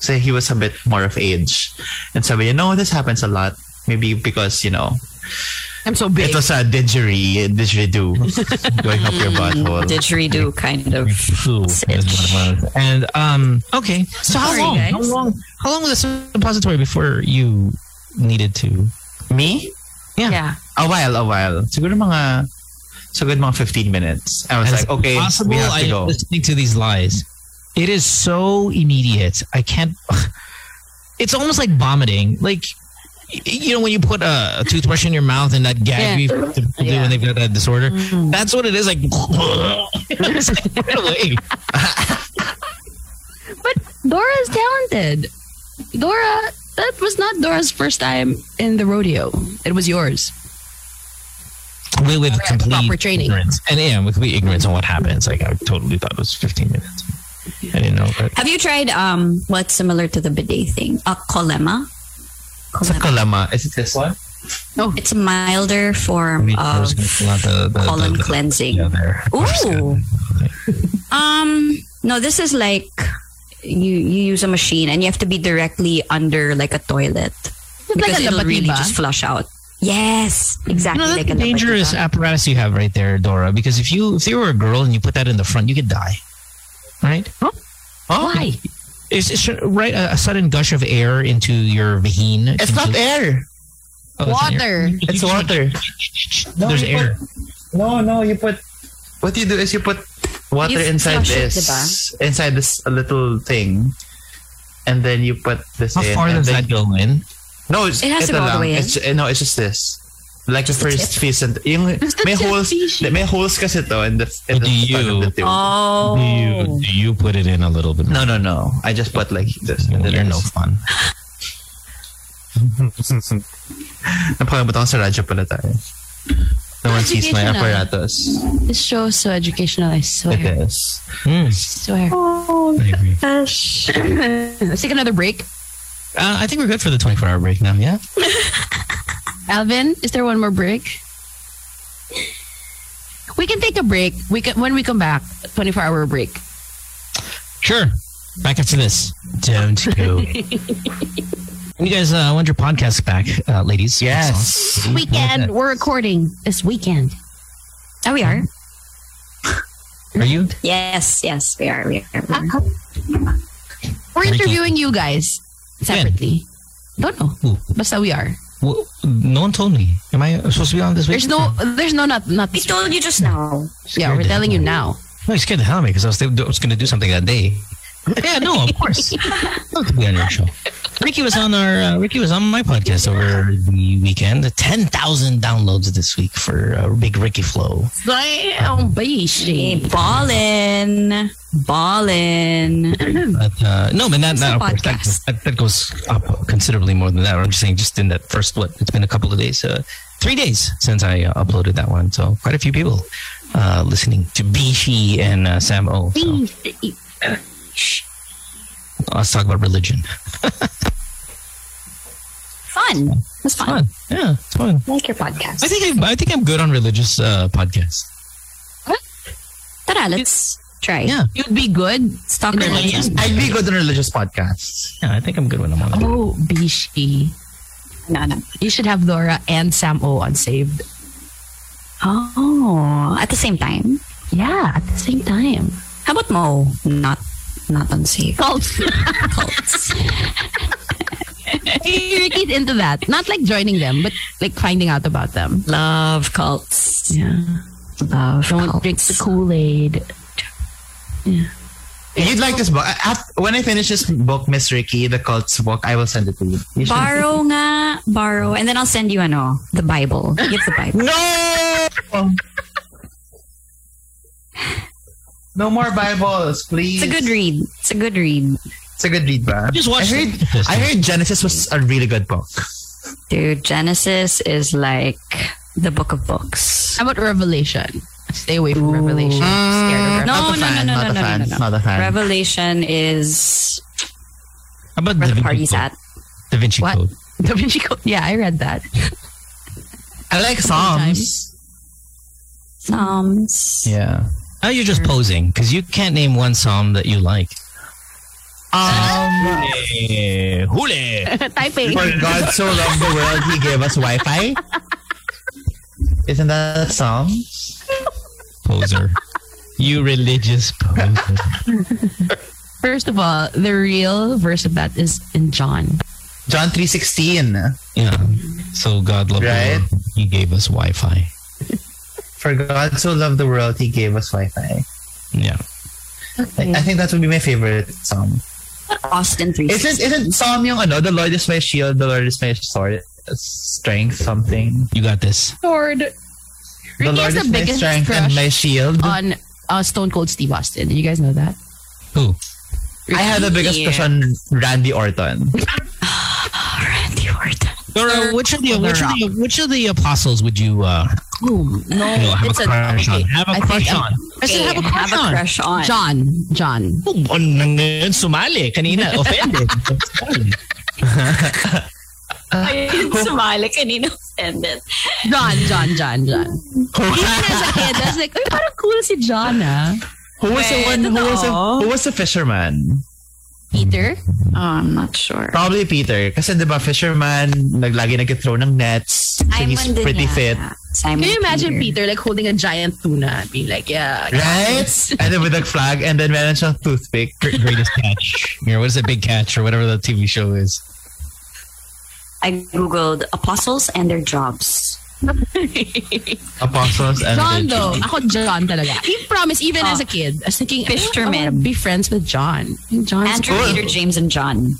Speaker 4: So he was a bit more of age. And sabi niya, no, this happens a lot. Maybe because, you know,
Speaker 5: I'm so big.
Speaker 4: it was a didgery, didgeridoo
Speaker 1: <laughs>
Speaker 4: going up your butthole.
Speaker 3: Didgeridoo kind of.
Speaker 1: Phew, is what it was. And um, okay. So how
Speaker 5: Sorry,
Speaker 1: long?
Speaker 5: guys.
Speaker 1: How long? How long was the suppository before you needed to?
Speaker 4: Me?
Speaker 1: Yeah.
Speaker 4: A while, a while. Siguro mga So good mga 15 minutes. I
Speaker 1: As
Speaker 4: was like, okay,
Speaker 1: possible
Speaker 4: we have to
Speaker 1: I
Speaker 4: go.
Speaker 1: am listening to these lies. It is so immediate. I can't. <laughs> It's almost like vomiting. Like y- you know when you put a, a toothbrush in your mouth and that gag
Speaker 5: Yeah.
Speaker 1: reflex that people do
Speaker 5: Yeah.
Speaker 1: when they've got that disorder. That's what it is. Like, <laughs> it's like <laughs> right away.
Speaker 5: Dora's talented. Dora, that was not Dora's first time in the rodeo. It was yours.
Speaker 1: with, with complete
Speaker 5: proper training.
Speaker 1: ignorance. And yeah, with complete ignorance on what happens. Like I totally thought it was 15 minutes. I didn't know. But
Speaker 3: Have you tried um what's similar to the bidet thing? A kolema.
Speaker 4: It's a
Speaker 3: Kolema.
Speaker 4: kalama. Is it this one?
Speaker 3: It's a milder form
Speaker 1: maybe I
Speaker 3: of
Speaker 1: was gonna pull out the, the,
Speaker 3: colon
Speaker 1: the, the-
Speaker 3: cleansing.
Speaker 1: yeah, there. I was just gonna-
Speaker 3: Ooh. Um, no, this is like you you use a machine and you have to be directly under like a toilet because
Speaker 5: a
Speaker 3: it'll really
Speaker 5: labatiba.
Speaker 3: just flush out. Yes, exactly.
Speaker 1: No, that's
Speaker 3: like
Speaker 1: a
Speaker 3: a
Speaker 1: dangerous
Speaker 5: uh,
Speaker 3: labatiba.
Speaker 1: apparatus you have right there, Dora. Because if you if you were a girl and you put that in the front, you could die, right?
Speaker 4: Oh,
Speaker 5: Why?
Speaker 1: It's, it's right a, a sudden gush of air into your oh, vagina.
Speaker 4: It's not air.
Speaker 5: Oh, Water.
Speaker 4: It's water.
Speaker 1: There's
Speaker 4: No, you
Speaker 1: air.
Speaker 4: No, no, you put. What you do is you put water
Speaker 3: You
Speaker 4: inside
Speaker 3: flush it,
Speaker 4: this, inside this little thing, and then you put this
Speaker 1: How
Speaker 4: in.
Speaker 1: far
Speaker 4: and
Speaker 1: does
Speaker 4: then-
Speaker 1: that go in?
Speaker 4: No, it's,
Speaker 3: It has to
Speaker 4: ito
Speaker 3: go all the
Speaker 4: lang.
Speaker 3: way in.
Speaker 4: It's, eh, no, it's just this. Like the
Speaker 3: the
Speaker 4: first fish and yung
Speaker 5: Just the
Speaker 4: may
Speaker 5: tip
Speaker 4: holes
Speaker 5: fish.
Speaker 4: may holes kasi to in the in
Speaker 1: But
Speaker 4: the
Speaker 1: do
Speaker 4: front of the
Speaker 1: you-
Speaker 4: tube.
Speaker 3: Oh,
Speaker 1: Do you do you put it in a little bit?
Speaker 4: No, no, no. I just put like this. And then
Speaker 1: you're no
Speaker 4: <laughs>
Speaker 1: fun.
Speaker 4: Napakabot ako sa radyo pala tayo. No one sees my
Speaker 5: Educational.
Speaker 4: apparatus.
Speaker 5: This show is so educational, I swear.
Speaker 4: It is.
Speaker 1: Hmm,
Speaker 5: Swear.
Speaker 1: I agree.
Speaker 5: <coughs> Let's take another break.
Speaker 1: Uh, I think we're good for the 24 hour break now. Yeah.
Speaker 5: Alvin, is there one more break? We can take a break. We can when we come back, 24 hour break.
Speaker 1: Sure. Back after this. Don't <laughs> go. you guys uh, want your podcast back, uh, ladies?
Speaker 4: Yes.
Speaker 1: Mm-hmm.
Speaker 5: Weekend. We're recording this weekend.
Speaker 3: oh, we are.
Speaker 1: Are you?
Speaker 3: Yes, yes, we are. We are. We are.
Speaker 5: We're
Speaker 1: Breaking.
Speaker 5: interviewing you guys separately. Don't know.
Speaker 1: Who?
Speaker 5: Basta we are.
Speaker 1: Well, no one told me. Am I supposed to be on this
Speaker 5: There's
Speaker 1: weekend?
Speaker 5: no there's no not not
Speaker 3: We told you just now.
Speaker 5: Yeah, we're telling you now.
Speaker 1: No, you scared the hell out of me because I was, I was going to do something that day. yeah, no, of
Speaker 5: <laughs>
Speaker 1: course. Not to be on your show. Ricky was on our uh, Ricky was on my podcast over the weekend. Ten thousand downloads this week for uh, Big Ricky Flow.
Speaker 5: Damn,
Speaker 3: Hey,
Speaker 5: bishi.
Speaker 3: ballin, ballin.
Speaker 1: But uh, no, but that
Speaker 3: It's a
Speaker 1: that, of course, that,
Speaker 3: podcast.
Speaker 1: that that goes up considerably more than that. I'm just saying, just in that first what it's been a couple of days, uh, three days since I uh, uploaded that one. So quite a few people uh, listening to Bishi and uh, Sam O. So, let's talk about religion.
Speaker 3: Fun. It was fun.
Speaker 1: Fun, yeah, it's fun.
Speaker 3: Like your podcast.
Speaker 1: I think I, I think I'm good on religious uh, podcasts.
Speaker 3: Tara, let's try.
Speaker 1: Yeah,
Speaker 5: You'd be good.
Speaker 3: Let's talk
Speaker 1: Yeah,
Speaker 3: religion.
Speaker 1: yeah.
Speaker 4: I'd be good on religious podcasts.
Speaker 1: yeah, I think I'm good when I'm on. it.
Speaker 5: Oh, bishi.
Speaker 3: No, no.
Speaker 5: You should have Laura and Sam O on saved.
Speaker 3: Oh, at the same time.
Speaker 5: Yeah, at the same time.
Speaker 3: How about Mo? Not, not unsafe.
Speaker 5: <laughs> Cults.
Speaker 3: Cults.
Speaker 5: Ricky's into that. Not like joining them, but like finding out about them.
Speaker 3: Love cults.
Speaker 5: Yeah.
Speaker 3: Love
Speaker 5: Don't
Speaker 3: cults.
Speaker 5: drink the Kool Aid.
Speaker 4: You'd like this book. I- af- When I finish this book, Miss Ricky, the cults book, I will send it to you. You should-
Speaker 3: Borrow nga, borrow. And then I'll send you ano, the Bible. Give the Bible.
Speaker 4: No! No more Bibles, please.
Speaker 3: It's a good read. It's a good read.
Speaker 4: It's a good read, ba?
Speaker 1: Just watch
Speaker 4: I heard,
Speaker 1: the-
Speaker 4: I heard Genesis was a really good book.
Speaker 3: Dude, Genesis is like the book of books.
Speaker 5: How about Revelation? Stay away from Revelation. I'm scared of Revelation.
Speaker 3: No,
Speaker 4: Mm. not a
Speaker 3: no,
Speaker 4: fan,
Speaker 3: no, no,
Speaker 4: not a
Speaker 3: no, no,
Speaker 4: fan,
Speaker 3: no, no.
Speaker 4: not a fan.
Speaker 3: Revelation is
Speaker 1: How about
Speaker 3: where
Speaker 1: Da
Speaker 3: the
Speaker 1: Vinci
Speaker 3: party's
Speaker 1: Code?
Speaker 3: at.
Speaker 1: Da Vinci
Speaker 5: What?
Speaker 1: Code.
Speaker 5: Da <laughs> Vinci Code. Yeah, I read that.
Speaker 4: I like Psalms.
Speaker 3: Psalms.
Speaker 4: Yeah.
Speaker 1: Oh, you're
Speaker 3: Mm.
Speaker 1: just posing because you can't name one psalm that you like.
Speaker 4: Um,
Speaker 1: Hule, hule.
Speaker 5: <laughs> Taipei.
Speaker 4: for God so loved the world, He gave us Wi-Fi. Isn't that a song?
Speaker 3: <laughs>
Speaker 1: poser. You religious poser.
Speaker 5: First of all, the real verse of that is in John.
Speaker 4: John three sixteen.
Speaker 1: Yeah. So God loved
Speaker 4: Right?
Speaker 1: the world. He gave us Wi-Fi.
Speaker 4: For God so loved the world, He gave us Wi-Fi.
Speaker 1: Yeah.
Speaker 4: I, I think that would be my favorite song.
Speaker 3: Austin 3.
Speaker 4: Isn't isn't Psalm yung ano? The Lord is my shield. The Lord is my sword. Strength something.
Speaker 1: You got this.
Speaker 5: Sword
Speaker 4: The
Speaker 5: Ricky
Speaker 4: Lord
Speaker 5: has
Speaker 4: is
Speaker 5: the
Speaker 4: my
Speaker 5: biggest
Speaker 4: strength and
Speaker 5: crush
Speaker 4: my shield.
Speaker 5: on uh, Stone Cold Steve Austin. Did you guys know that?
Speaker 1: Who?
Speaker 4: I had the biggest crush on Randy
Speaker 5: <laughs>
Speaker 4: Orton.
Speaker 3: Randy Orton.
Speaker 1: Nora, which of the
Speaker 5: The
Speaker 1: which of the which of the apostles would you uh
Speaker 5: Who? No,
Speaker 1: you know, have
Speaker 5: it's
Speaker 1: a
Speaker 5: a
Speaker 1: crush on?
Speaker 5: okay.
Speaker 1: Have
Speaker 5: I
Speaker 1: a
Speaker 5: think
Speaker 1: crush
Speaker 5: I'm-
Speaker 1: on.
Speaker 5: I said have a
Speaker 3: Okay,
Speaker 5: crush on.
Speaker 3: crush on.
Speaker 5: John. John.
Speaker 1: Oh, ngayon <laughs> sumali. <laughs> Kanina, offended. Sorry.
Speaker 3: <laughs> Ayun, sumali
Speaker 1: <laughs>
Speaker 3: kanina offended.
Speaker 5: John. John. John. John. Even as a kid, I was like, "Uy, parang cool si John, ah."
Speaker 4: Who was the one? Who was the, who was the fisherman?
Speaker 5: Peter?
Speaker 3: Oh, I'm not sure.
Speaker 4: Probably Peter. Kasi di ba fisherman, naglagi nag-throw ng nets. So he's
Speaker 3: Simon din
Speaker 4: pretty
Speaker 3: yata.
Speaker 4: fit.
Speaker 3: Simon
Speaker 5: Can you imagine
Speaker 3: Peter?
Speaker 5: Peter like holding a giant tuna and being like, yeah.
Speaker 4: Right? <laughs> and then with a flag and then meron siyang toothpick.
Speaker 1: Great- Greatest catch. Here, what is a big catch or whatever the TV show is?
Speaker 3: I googled apostles and their jobs.
Speaker 4: Apostles and
Speaker 5: John
Speaker 4: the-
Speaker 5: though, ako John talaga. He promised even
Speaker 3: Ah.
Speaker 5: as a kid. I was thinking,
Speaker 3: Fisherman.
Speaker 5: I wanna be friends with John. John.
Speaker 3: Andrew,
Speaker 4: cool.
Speaker 3: Peter, James, and John.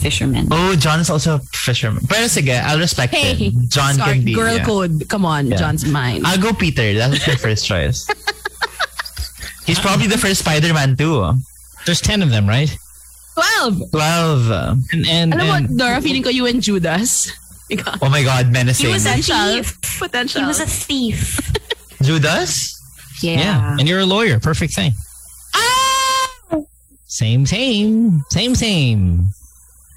Speaker 3: Fishermen.
Speaker 4: Oh, John is also a fisherman. Pero sige, I'll respect
Speaker 5: Hey,
Speaker 4: him. John
Speaker 5: sorry,
Speaker 4: can be.
Speaker 5: girl
Speaker 4: yeah.
Speaker 5: code. Come on,
Speaker 4: Yeah.
Speaker 5: John's mine.
Speaker 4: I'll go Peter. That was my first
Speaker 5: <laughs>
Speaker 4: choice. He's probably the first Spider-Man too.
Speaker 1: There's ten of them, right?
Speaker 5: Twelve.
Speaker 4: Twelve.
Speaker 1: And and,
Speaker 5: Alam mo,
Speaker 1: and
Speaker 5: Dora, feeling ko you and Judas. Ikaw.
Speaker 4: Oh my God, menacing.
Speaker 5: He was
Speaker 3: a
Speaker 5: potential.
Speaker 3: thief.
Speaker 5: Potential.
Speaker 3: He was a thief.
Speaker 4: Judas?
Speaker 3: Yeah.
Speaker 1: yeah, Ah! and you're a lawyer. Perfect thing. Same, same, same, same,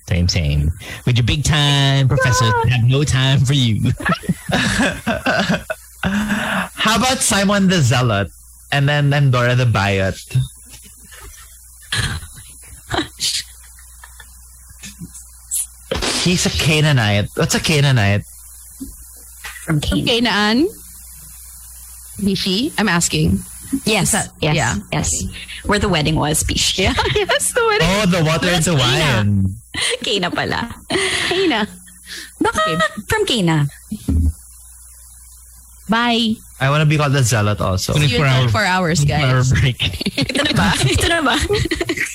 Speaker 1: same, same. With your big time professor, have no time for you.
Speaker 4: How about Simon the Zealot and then and Dora the Bayot? He's a Canaanite. What's a Canaanite?
Speaker 3: From Cain.
Speaker 5: Okay, naan? Is she? I'm asking.
Speaker 3: Yes.
Speaker 5: Is that-
Speaker 3: yes.
Speaker 5: yeah.
Speaker 3: Yes. Where the wedding was, Bish. <laughs> Yeah.
Speaker 5: yes, the wedding.
Speaker 4: Oh, the water and the wine.
Speaker 3: Cana pala.
Speaker 5: Kena. Okay.
Speaker 3: From Cana.
Speaker 5: Bye.
Speaker 4: I want to be called a zealot also.
Speaker 5: See you
Speaker 1: <laughs>
Speaker 5: in
Speaker 1: Four hours.
Speaker 5: 24 hours,
Speaker 1: Our
Speaker 3: <laughs>
Speaker 5: guys.
Speaker 1: break.
Speaker 3: Ito na ba? Ito na ba?